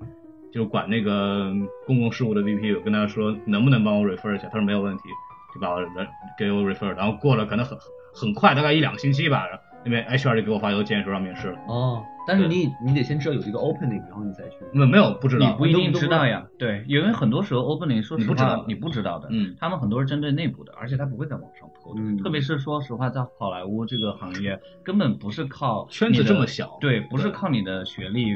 Speaker 1: 就管那个公共事务的 VP，我跟他说能不能帮我 refer 一下，他说没有问题，就把我人给我 refer，然后过了可能很很快，大概一两个星期吧，然后那边 HR 就给我发邮件说让面试了，
Speaker 2: 哦，但是你你得先知道有这个 opening，然后你再去。
Speaker 1: 没没有不知
Speaker 3: 你
Speaker 1: 道，
Speaker 3: 不一定
Speaker 1: 都
Speaker 3: 知道。呀。对，因为很多时候 opening 说
Speaker 1: 你
Speaker 3: 实
Speaker 1: 不知
Speaker 3: 话
Speaker 1: 道
Speaker 3: 你不知道的，
Speaker 1: 嗯
Speaker 3: 他们很多是针对内部的，而且他不会在网上 PO 的。
Speaker 2: 嗯
Speaker 3: 特别是说实话，在好莱坞这个行业，根本不是靠
Speaker 1: 圈子
Speaker 3: 你
Speaker 1: 这
Speaker 3: 的
Speaker 1: 么小
Speaker 3: 对，不是
Speaker 1: 对
Speaker 3: 靠你的学历，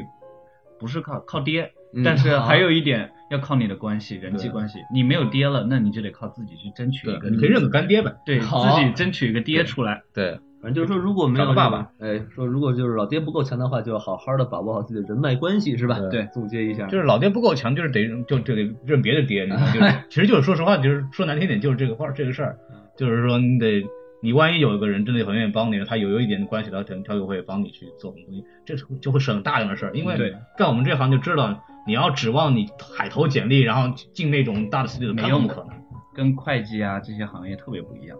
Speaker 3: 不是靠靠爹
Speaker 2: 嗯，
Speaker 3: 但是
Speaker 1: 啊
Speaker 3: 还有一点要靠你的关系，人际关系。你没有爹了，那你就得靠自己去争取一
Speaker 1: 对
Speaker 3: 个，
Speaker 1: 你可以认个干爹呗。
Speaker 3: 对自
Speaker 2: 好
Speaker 3: 己争取一个爹出来。
Speaker 1: 对，
Speaker 2: 反正就是说，如果没有
Speaker 1: 找个爸爸
Speaker 2: 这个，哎，说如果就是老爹不够强的话，就要好好的把握好自己的人脉关系，是吧？
Speaker 3: 对
Speaker 2: 总结一下，
Speaker 1: 就是老爹不够强，就是得就就得认别的爹，你知道吗？ 就是其实就是说实话，就是说难听点，就是这个话这个事儿，
Speaker 3: 嗯
Speaker 1: 就是说你得你万一有一个人真的很愿意帮你，他有有一点关系，他可能他就会帮你去做很多东西，这是就会省大量的事儿。因为
Speaker 3: 嗯对
Speaker 1: 干我们这行就知道，你要指望你海投简历，然后进那种大的企业，
Speaker 3: 没
Speaker 1: 根本
Speaker 3: 用
Speaker 1: 不
Speaker 3: 的
Speaker 1: 可能，
Speaker 3: 跟会计啊这些行业特别不一样。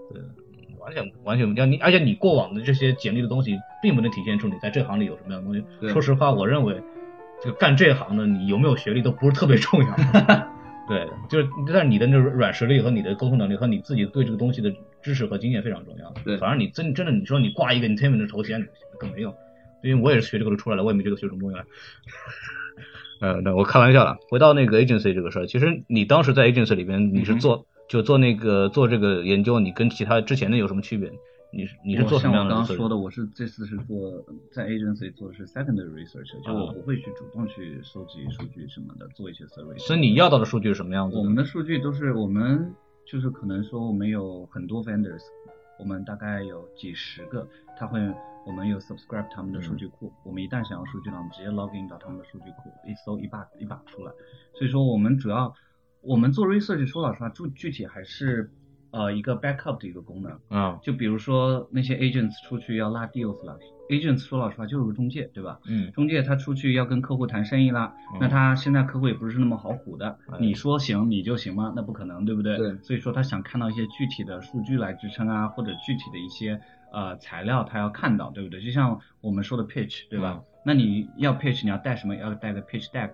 Speaker 1: 完全完全不一样。你而且你过往的这些简历的东西，并不能体现出你在这行里有什么样的东西。
Speaker 2: 对
Speaker 1: 说实话，我认为这个干这行的，你有没有学历都不是特别重要。对，就是但是你的那种软实力和你的沟通能力和你自己对这个东西的知识和经验非常重要。
Speaker 2: 对
Speaker 1: 反正你真真的你说你挂一个 entertainment 的头衔更没用，因为我也是学这个出来的，我也没这个学什么东西来。 呃，那我开玩笑了。回到那个 agency 这个事儿，其实你当时在 agency 里边，你是
Speaker 3: 嗯哼
Speaker 1: 做、就做那个做这个研究，你跟其他之前的有什么区别？你是你是
Speaker 3: 我
Speaker 1: 做什么
Speaker 3: 像
Speaker 1: 样
Speaker 3: 我
Speaker 1: 的
Speaker 3: 刚刚
Speaker 1: research？
Speaker 3: 说的，我是这次是做在 agency 做的是 secondary research，就我
Speaker 1: 啊
Speaker 3: 不会去主动去收集数据什么的，做一些 survey。
Speaker 1: 所以你要到的数据是什么样子的？
Speaker 3: 我们的数据都是我们就是可能说我们有很多 vendors，我们大概有几十个，他会我们有 subscribe 他们的数据库，我们一旦想要数据呢，我们直接 login 到他们的数据库，一搜一把一把出来。所以说我们主要我们做 research 说老实话，具具体还是呃一个 backup 的一个功能。
Speaker 1: 啊，
Speaker 3: 就比如说那些 agents 出去要拉 deals 了，agents 说老实话就是个中介，对吧？
Speaker 1: 嗯，
Speaker 3: 中介他出去要跟客户谈生意啦，
Speaker 1: 嗯
Speaker 3: 那他现在客户也不是那么好唬的，
Speaker 1: 哎
Speaker 3: 你说行你就行吗？那不可能，对不对？
Speaker 2: 对
Speaker 3: 所以说他想看到一些具体的数据来支撑啊，或者具体的一些呃材料他要看到，对不对？就像我们说的 pitch，对
Speaker 1: 嗯
Speaker 3: 吧？那你要 pitch 你要带什么？要带个 pitch deck。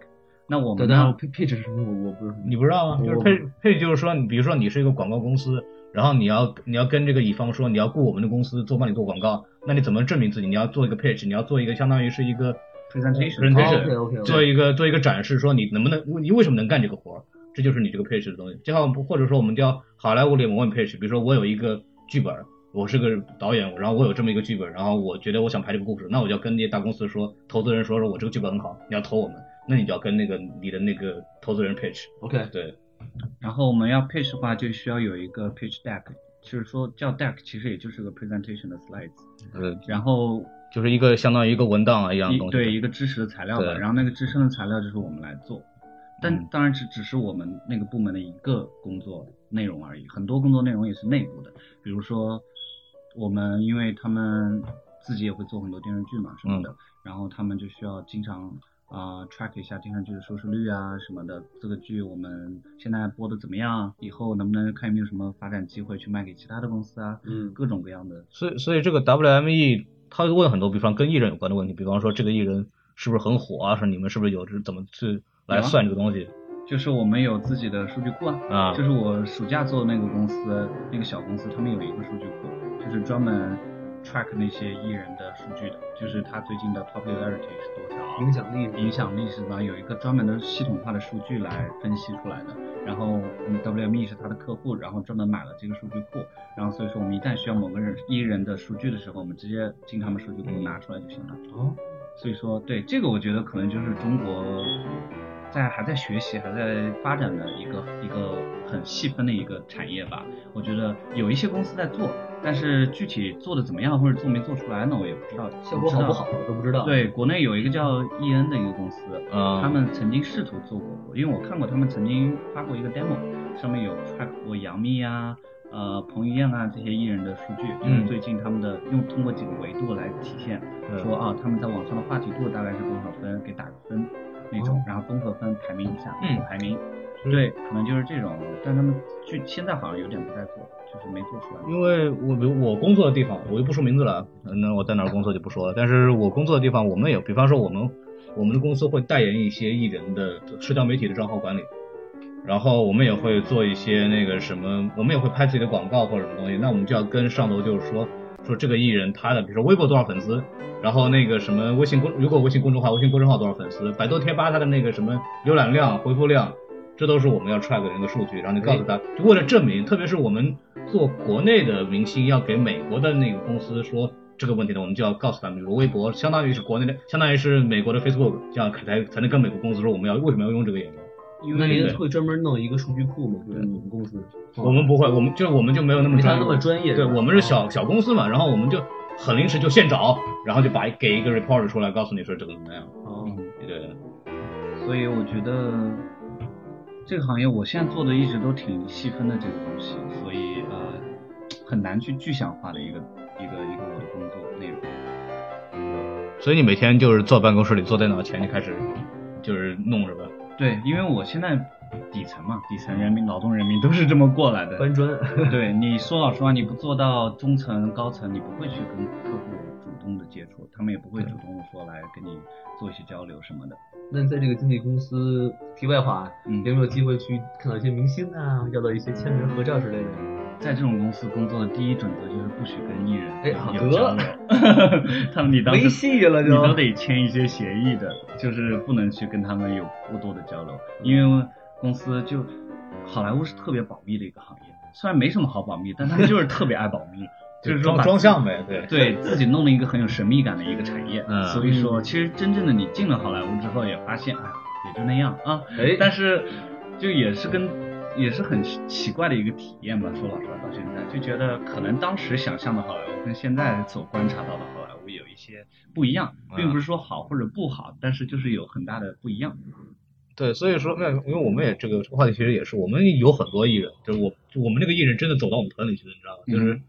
Speaker 3: 那我
Speaker 2: 对，
Speaker 3: 们
Speaker 2: 但
Speaker 3: 呢？
Speaker 2: 是配置是什么我我不是很
Speaker 1: 你不知道吗？就是
Speaker 2: 我
Speaker 1: 配配就是说，你比如说你是一个广告公司，然后你要你要跟这个乙方说你要雇我们的公司做帮你做广告，那你怎么证明自己？你要做一个 pitch，你要做一个相当于是一个
Speaker 3: presentation 哦
Speaker 1: presentation，、
Speaker 2: OK OK，
Speaker 1: 做一个做一个展示，说你能不能你为什么能干这个活儿，这就是你这个 pitch 的东西。就像或者说我们叫好莱坞里我问 pitch，比如说我有一个剧本，我是个导演，然后我有这么一个剧本，然后我觉得我想拍这个故事，那我就要跟那些大公司说，投资人说说我这个剧本很好，你要投我们，那你就要跟那个你的那个投资人 pitch，
Speaker 2: OK，
Speaker 1: 对，
Speaker 3: 然后我们要 pitch 的话，就需要有一个 pitch deck，就是说叫 deck，其实也就是个 presentation 的 slides，
Speaker 1: 呃，
Speaker 3: 然后
Speaker 1: 就是一个相当于一个文档啊一样的
Speaker 3: 一
Speaker 1: 东西，
Speaker 3: 对一个支持的材料吧，
Speaker 1: 对
Speaker 3: 然后那个支撑的材料就是我们来做，
Speaker 1: 嗯
Speaker 3: 但当然只只是我们那个部门的一个工作内容而已，很多工作内容也是内部的，比如说我们因为他们自己也会做很多电视剧嘛什
Speaker 1: 嗯
Speaker 3: 么的，然后他们就需要经常啊、track 一下电视剧的收视率啊什么的，这个剧我们现在播的怎么样，以后能不能看有没有什么发展机会去卖给其他的公司啊，
Speaker 2: 嗯
Speaker 3: 各种各样的
Speaker 1: 所以所以这个 WME 他会问很多，比方跟艺人有关的问题，比方说这个艺人是不是很火啊，是你们是不是有这怎么去来
Speaker 3: 有啊
Speaker 1: 算这个东西
Speaker 3: 就是我们有自己的数据库啊，
Speaker 1: 啊？
Speaker 3: 就是我暑假做的那个公司，那个小公司，他们有一个数据库，就是专门 track 那些艺人的数据的，就是他最近的 popularity 是多
Speaker 1: 哦
Speaker 3: 少，
Speaker 2: 影响力
Speaker 3: 影响力是多少，有一个专门的系统化的数据来分析出来的。然后我们 WME 是他的客户，然后专门买了这个数据库，然后所以说我们一旦需要某个人艺人的数据的时候，我们直接进他们数据库
Speaker 1: 嗯
Speaker 3: 拿出来就行了。
Speaker 2: 哦，
Speaker 3: 所以说，对这个我觉得可能就是中国在还在学习、还在发展的一个一个很细分的一个产业吧。我觉得有一些公司在做，但是具体做的怎么样或者做没做出来呢，我也不知道。
Speaker 2: 效果好不好
Speaker 3: 我知
Speaker 2: 都不知道。
Speaker 3: 道？，对，国内有一个叫 EN 的一个公司，
Speaker 1: 啊，
Speaker 3: 他们曾经试图做过，因为我看过他们曾经发过一个 demo，上面有 track 过杨幂啊、呃彭于晏啊这些艺人的数据，就是
Speaker 1: 嗯
Speaker 3: 最近他们的用通过几个维度来体现，
Speaker 1: 对
Speaker 2: 嗯
Speaker 3: 说啊他们在网上的话题度大概是多少分，给打个分那种
Speaker 2: 哦，
Speaker 3: 然后综合分排名一下，
Speaker 1: 嗯
Speaker 3: 排名，
Speaker 1: 嗯
Speaker 3: 对，可能就是这种，但他们就现在好像有点不太做，就是没做出来。
Speaker 1: 因为我比如我工作的地方，我就不说名字了，那我在哪儿工作就不说了。但是我工作的地方，我们有，比方说我们我们的公司会代言一些艺人的社交媒体的账号管理，然后我们也会做一些那个什么，我们也会拍自己的广告或者什么东西。那我们就要跟上头就是说说这个艺人他的，比如说微博多少粉丝，然后那个什么微信公如果微信公众号微信公众号多少粉丝，百度贴吧它的那个什么浏览量回复量，这都是我们要 track 的人的数据，然后就告诉他，就为了证明，特别是我们做国内的明星要给美国的那个公司说这个问题呢，我们就要告诉他们，比如微博相当于是国内的，相当于是美国的 Facebook，这样才才能跟美国公司说我们要为什么要用这个演员。
Speaker 3: 因
Speaker 2: 那
Speaker 3: 为
Speaker 2: 您会专门弄一个数据库吗？就是你们公司，
Speaker 1: 哦我们不会，我们就是我们就没有那么
Speaker 2: 没他
Speaker 1: 专
Speaker 2: 那
Speaker 1: 业哦
Speaker 2: 么专业。
Speaker 1: 对我们是小小公司嘛，然后我们就很临时就现找，然后就把给一个 report 出来，告诉你说这个怎么样。
Speaker 2: 哦，
Speaker 1: 对，
Speaker 3: 嗯所以我觉得这个行业我现在做的一直都挺细分的这个东西，所以呃很难去具象化的一个一个一个我的工作内容。
Speaker 1: 所以你每天就是坐办公室里，坐电脑前就开始就是弄是吧？
Speaker 3: 对，因为我现在底层嘛，底层人民、劳动人民都是这么过来的。
Speaker 2: 搬砖，
Speaker 3: 对，你说老实话，你不做到中层、高层，你不会去跟客户主动的接触，他们也不会主动的说来跟你做一些交流什么的。
Speaker 2: 那在这个经纪公司，题外话，
Speaker 3: 嗯
Speaker 2: 有没有机会去看到一些明星啊，要到一些签名合照之类的？
Speaker 3: 在这种公司工作的第一准则就是不许跟艺人
Speaker 2: 哎好
Speaker 3: 有交
Speaker 2: 哥
Speaker 3: 流，他们你 当时
Speaker 2: 没戏了就
Speaker 3: 你都得签一些协议的，就是不能去跟他们有过多的交流，因为公司就好莱坞是特别保密的一个行业，虽然没什么好保密，但他们就是特别爱保 密，就是说
Speaker 1: 装
Speaker 3: 把
Speaker 1: 装像呗，对。
Speaker 3: 对自己弄了一个很有神秘感的一个产业，
Speaker 1: 嗯
Speaker 3: 所以说其实真正的你进了好莱坞之后，也发现啊也就那样啊，
Speaker 2: 哎，
Speaker 3: 但是就也是跟也是很奇怪的一个体验吧。说老实话，到现在就觉得可能当时想象的好莱坞跟现在所观察到的好莱坞有一些不一样，
Speaker 1: 嗯
Speaker 3: 并不是说好或者不好，但是就是有很大的不一样。
Speaker 1: 对，所以说没有，因为我们也这个这个话题其实也是，我们有很多艺人，就是我就我们这个艺人真的走到我们团里去了，你知道吗？就是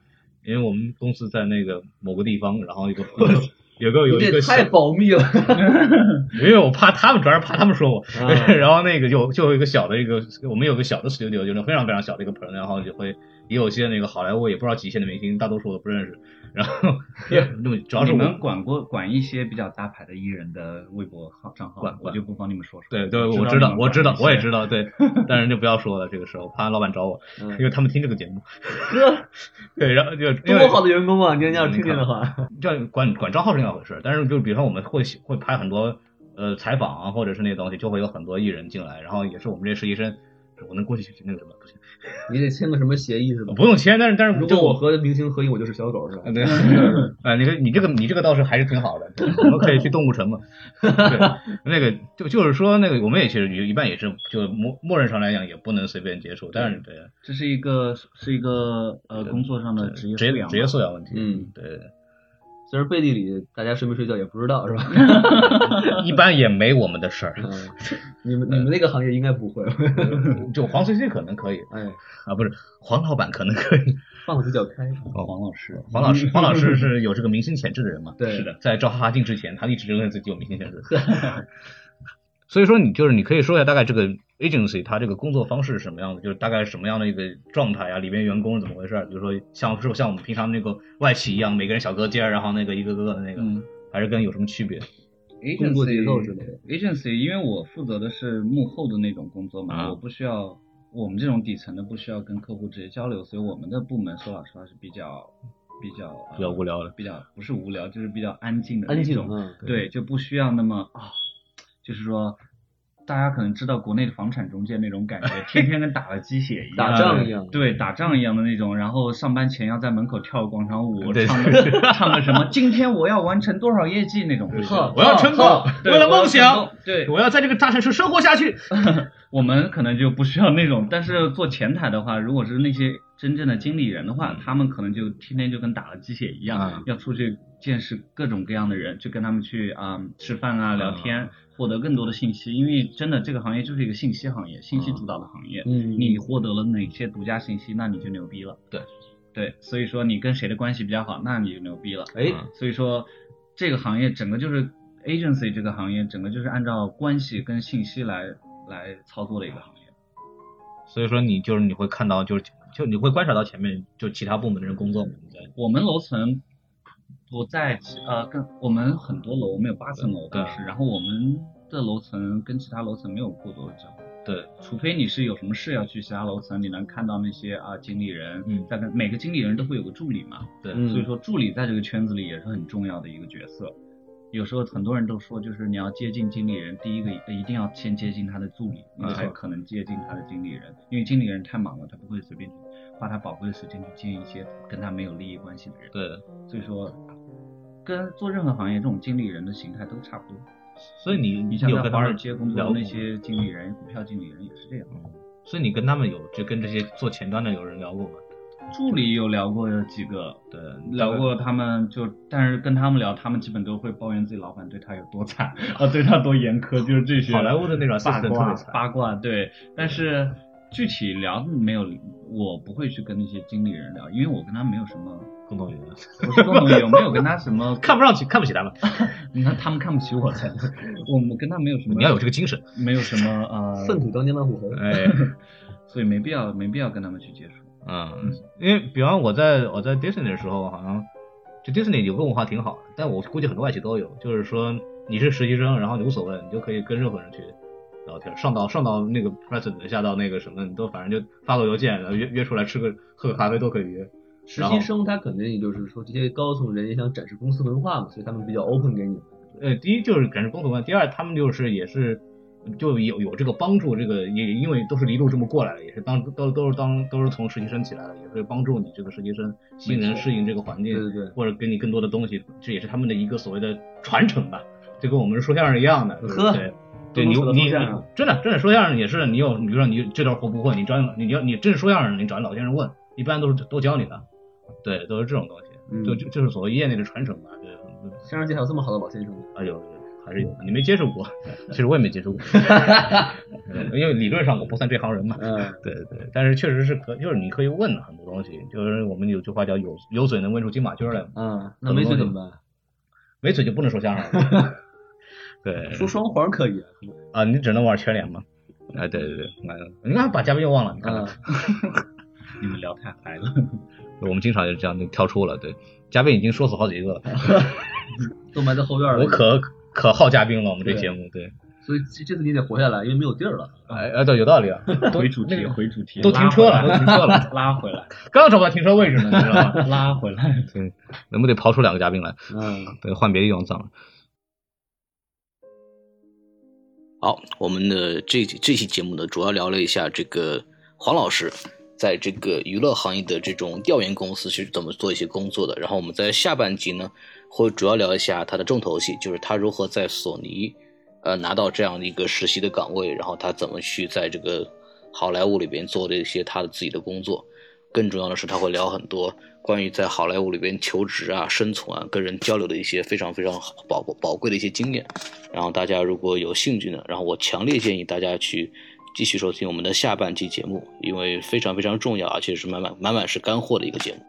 Speaker 1: 因为我们公司在那个某个地方，然后有个有个有一
Speaker 2: 你这也
Speaker 1: 个
Speaker 2: 太
Speaker 1: 小
Speaker 2: 保密了。
Speaker 1: 因为我怕他们，主要是怕他们说我。
Speaker 2: 啊
Speaker 1: 然后那个就就有一个小的一个，我们有个小的 studio，就是非常非常小的一个棚，然后就会也有些那个好莱坞也不知道几线的明星，大多数我都不认识。然后也 那么主要是
Speaker 3: 你
Speaker 1: 我
Speaker 3: 们管过管一些比较大牌的艺人的微博号账号，
Speaker 1: 管
Speaker 3: 我
Speaker 1: 管
Speaker 3: 就不帮你们说说。
Speaker 1: 对对，
Speaker 3: 我
Speaker 1: 我知道，我知道，我也知道，
Speaker 3: 道
Speaker 1: 对，但是就不要说了，这个时候怕老板找我，
Speaker 2: 嗯
Speaker 1: 因为他们听这个节 目。
Speaker 2: 哥，
Speaker 1: 对，然后就因为
Speaker 2: 多好的员工啊！今天要是听见的话，
Speaker 1: 这样管管账号是另外一回事，但是就比如说我们会会拍很多呃采访啊，或者是那东西，就会有很多艺人进来，然后也是我们这实习生，我能过去去那个什么不行，呃
Speaker 2: 你得签个什么协议是吧？
Speaker 1: 不用签，但是但是
Speaker 2: 如
Speaker 1: 就
Speaker 2: 果我嗯和明星合影，我就是小狗是吧
Speaker 1: 啊？对，啊，你这你这个你这个倒是还是挺好的，对我们可以去动物城嘛。 对，那个就就是说那个我们也其实一般也是就默默认上来讲也不能随便接触，但
Speaker 2: 嗯
Speaker 1: 是对
Speaker 3: 这是一个是一个呃工作上的职业
Speaker 1: 职
Speaker 3: 素
Speaker 1: 业
Speaker 3: 养
Speaker 1: 职业素养问题，
Speaker 2: 嗯，
Speaker 1: 对，
Speaker 2: 虽然背地里大家睡没睡觉也不知道是吧？
Speaker 1: 一般也没我们的事儿。
Speaker 2: 嗯你们你们那个行业应该不会，
Speaker 1: 就黄随随可能可以
Speaker 2: 哎，
Speaker 1: 啊，不是黄老板可能可以，
Speaker 2: 放嘴角开，
Speaker 3: 吧黄老师，
Speaker 1: 黄老师， 黄老师是有这个明星潜质的人嘛？
Speaker 2: 对是
Speaker 1: 的，在赵哈哈定之前，他一直认为自己有明星 潜质。所以说，你就是你可以说一下大概这个 agency 它这个工作方式是什么样的，就是大概什么样的一个状态啊，里面员工是怎么回事儿？比如说像是不像我们平常那个外企一样，每个人小隔间儿，然后那个一个个的那个，
Speaker 3: 嗯。
Speaker 1: 还是跟有什么区别？
Speaker 2: 工作节奏之类的
Speaker 3: agency，因为我负责的是幕后的那种工作嘛，
Speaker 1: 啊
Speaker 3: 我不需要我们这种底层的不需要跟客户直接交流，所以我们的部门说老实话是比较比较呃
Speaker 1: 比较无聊的
Speaker 3: 比较不是无聊，就是比较安静的
Speaker 2: 安静
Speaker 3: 那种，
Speaker 2: 嗯，
Speaker 3: 对，就不需要那么啊、就是说。大家可能知道国内的房产中介那种感觉，天天跟打了鸡血一样，
Speaker 2: 打仗一样
Speaker 3: 对，打仗一样的那种。然后上班前要在门口跳广场舞，
Speaker 1: 对
Speaker 3: 唱个唱个什么，今天我要完成多少业绩那种。
Speaker 2: 好
Speaker 1: 我要成功
Speaker 2: 好，
Speaker 3: 哦对
Speaker 1: 为了梦
Speaker 3: 我要
Speaker 1: 想
Speaker 3: 成功， 对
Speaker 1: 我要在这个大城市生活下去。
Speaker 3: 我们可能就不需要那种，但是做前台的话，如果是那些真正的经理人的话，他们可能就天天就跟打了鸡血一样，
Speaker 1: 啊
Speaker 3: 要出去见识各种各样的人，就跟他们去啊、吃饭啊、聊天，获得更多的信息。因为真的这个行业就是一个信息行业，信息主导的行业，
Speaker 2: 嗯，
Speaker 3: 你获得了哪些独家信息，那你就牛逼了。
Speaker 1: 对，
Speaker 3: 对，所以说你跟谁的关系比较好，那你就牛逼了。
Speaker 2: 哎，
Speaker 1: 嗯
Speaker 3: 所以说这个行业整个就是 agency 这个行业整个就是按照关系跟信息来来操作的一个行业。
Speaker 1: 所以说，你就是你会看到，就是就你会观察到前面就其他部门的人工作嘛？对
Speaker 3: 我们楼层不在其呃跟我们很多楼，我们有八层楼
Speaker 1: 对
Speaker 3: 当时，然后我们的楼层跟其他楼层没有过多的交流。
Speaker 1: 对，
Speaker 3: 除非你是有什么事要去其他楼层，你能看到那些啊、经理人，
Speaker 1: 嗯
Speaker 3: 在跟每个经理人都会有个助理嘛，
Speaker 1: 对
Speaker 2: 嗯
Speaker 3: 所以说助理在这个圈子里也是很重要的一个角色。有时候很多人都说，就是你要接近经理人，第一个一定要先接近他的助理，你
Speaker 1: 没错
Speaker 3: 才可能接近他的经理人，因为经理人太忙了，他不会随便去花他宝贵的时间去见一些跟他没有利益关系的人。
Speaker 1: 对。
Speaker 3: 所以说，跟做任何行业这种经理人的形态都差不多。
Speaker 1: 所以你
Speaker 3: 你
Speaker 1: 你
Speaker 3: 像
Speaker 1: 有
Speaker 3: 在
Speaker 1: 跟
Speaker 3: 华
Speaker 1: 他
Speaker 3: 尔
Speaker 1: 们
Speaker 3: 街工作
Speaker 1: 聊
Speaker 3: 的
Speaker 1: 过
Speaker 3: 那
Speaker 1: 吗
Speaker 3: 些经理人、股票经理人也是这样。
Speaker 1: 所以你跟他们有就跟这些做前端的有人聊过吗？
Speaker 3: 助理有聊过有几个，
Speaker 1: 对，
Speaker 3: 聊过他们就，但是跟他们聊，他们基本都会抱怨自己老板对他有多惨， 啊，对他多严苛，就是这些
Speaker 1: 好莱坞的那种
Speaker 3: 八
Speaker 1: assistant 特
Speaker 3: 卦
Speaker 1: 别惨
Speaker 3: 八卦，对。但是具体聊没有，我不会去跟那些经理人聊，因为我跟他没有什么，
Speaker 1: 共同语言，
Speaker 3: 不是共同有没有跟他什么，
Speaker 1: 看不上去，看不起他们。
Speaker 3: 那他们看不起我才，我们跟他没有什么，
Speaker 1: 你要有这个精 神，
Speaker 3: 没有什么 呃，
Speaker 2: 粪土当年万户侯，
Speaker 1: 哎，
Speaker 3: 所以没必要没必要跟他们去接触。
Speaker 1: 嗯，因为比方我在我在 Disney 的时候，好像就 Disney 有个文化挺好的，但我估计很多外企都有，就是说你是实习生，然后你无所谓，你就可以跟任何人去聊天，上到上到那个 president，下到那个什么，你都反正就发个邮件，然后约约出来吃个喝个咖啡都可以约。
Speaker 2: 实
Speaker 1: 然后
Speaker 2: 习生他肯定也就是说这些高层人也想展示公司文化嘛，所以他们比较 open 给你。
Speaker 1: 呃，第一就是感知共同观，第二他们就是也是就有有这个帮助，这个也因为都是一路这么过来的，也是当都都是当都是从实习生起来的，也会帮助你这个实习生新人
Speaker 2: 没错
Speaker 1: 适应这个环境，
Speaker 2: 对对对
Speaker 1: 或者给你更多的东西，这也是他们的一个所谓的传承吧，就跟我们说相声一样的，对
Speaker 2: 呵
Speaker 1: 不对。对
Speaker 2: 都
Speaker 1: 你
Speaker 2: 能说得
Speaker 1: 你
Speaker 2: 出
Speaker 1: 你
Speaker 2: 相声
Speaker 1: 真的真的说相声也是，你有你比如说你这段活不会，你找你你要你真说相声，你找老先生问，一般都是都教你的，对，都是这种东西，
Speaker 2: 嗯
Speaker 1: 就就就是所谓业内的传承吧，对，嗯
Speaker 2: 相声界还有这么好的老先生呢，
Speaker 1: 啊，有有还是有，你没接触过，其实我也没接触 过，嗯因为理论上我不算这行人嘛。
Speaker 2: 嗯，
Speaker 1: 对对，对但是确实是可，就是你可以问很多东西，就是我们有句话叫有有嘴能问出金马驹儿来，
Speaker 2: 嗯，那没嘴怎么办？
Speaker 1: 没嘴就不能说相声 了。对，
Speaker 2: 说双簧可以啊，
Speaker 1: 啊，你只能玩全脸嘛。啊，对对对，那你看把嘉宾又忘了，你看看
Speaker 2: 嗯，
Speaker 3: 你们聊太嗨了，
Speaker 1: 我们经常就这样就跳出了，对，嘉宾已经说死好几个了，
Speaker 2: 嗯都埋在后院了。
Speaker 1: 我可可好嘉宾了，我们这
Speaker 2: 对
Speaker 1: 节目对，
Speaker 2: 所以这这次你得活下来，因为没有地儿了。
Speaker 1: 哎哎，对，有道理 啊，都
Speaker 3: 回主
Speaker 1: 那
Speaker 3: 题，
Speaker 1: 个
Speaker 3: 回主题，
Speaker 1: 都
Speaker 3: 拉
Speaker 1: 停车
Speaker 3: 回
Speaker 1: 了
Speaker 3: 来
Speaker 1: 都停车了
Speaker 3: 拉回来，
Speaker 1: 刚找不到停车位置呢，你知道 吗？
Speaker 3: 拉回来。
Speaker 1: 对，能不得刨出两个嘉宾来？
Speaker 2: 嗯，
Speaker 1: 对，换别的地方葬了。
Speaker 4: 好，我们的这这期节目呢，主要聊了一下这个黄老师在这个娱乐行业的这种调研公司是怎么做一些工作的。然后我们在下半集呢，会主要聊一下他的重头戏，就是他如何在索尼呃拿到这样的一个实习的岗位，然后他怎么去在这个好莱坞里边做这些他的自己的工作。更重要的是，他会聊很多关于在好莱坞里边求职啊、生存啊、跟人交流的一些非常非常好宝宝贵的一些经验。然后大家如果有兴趣呢，然后我强烈建议大家去继续收听我们的下半期节目，因为非常非常重要，而且是满满满满是干货的一个节目。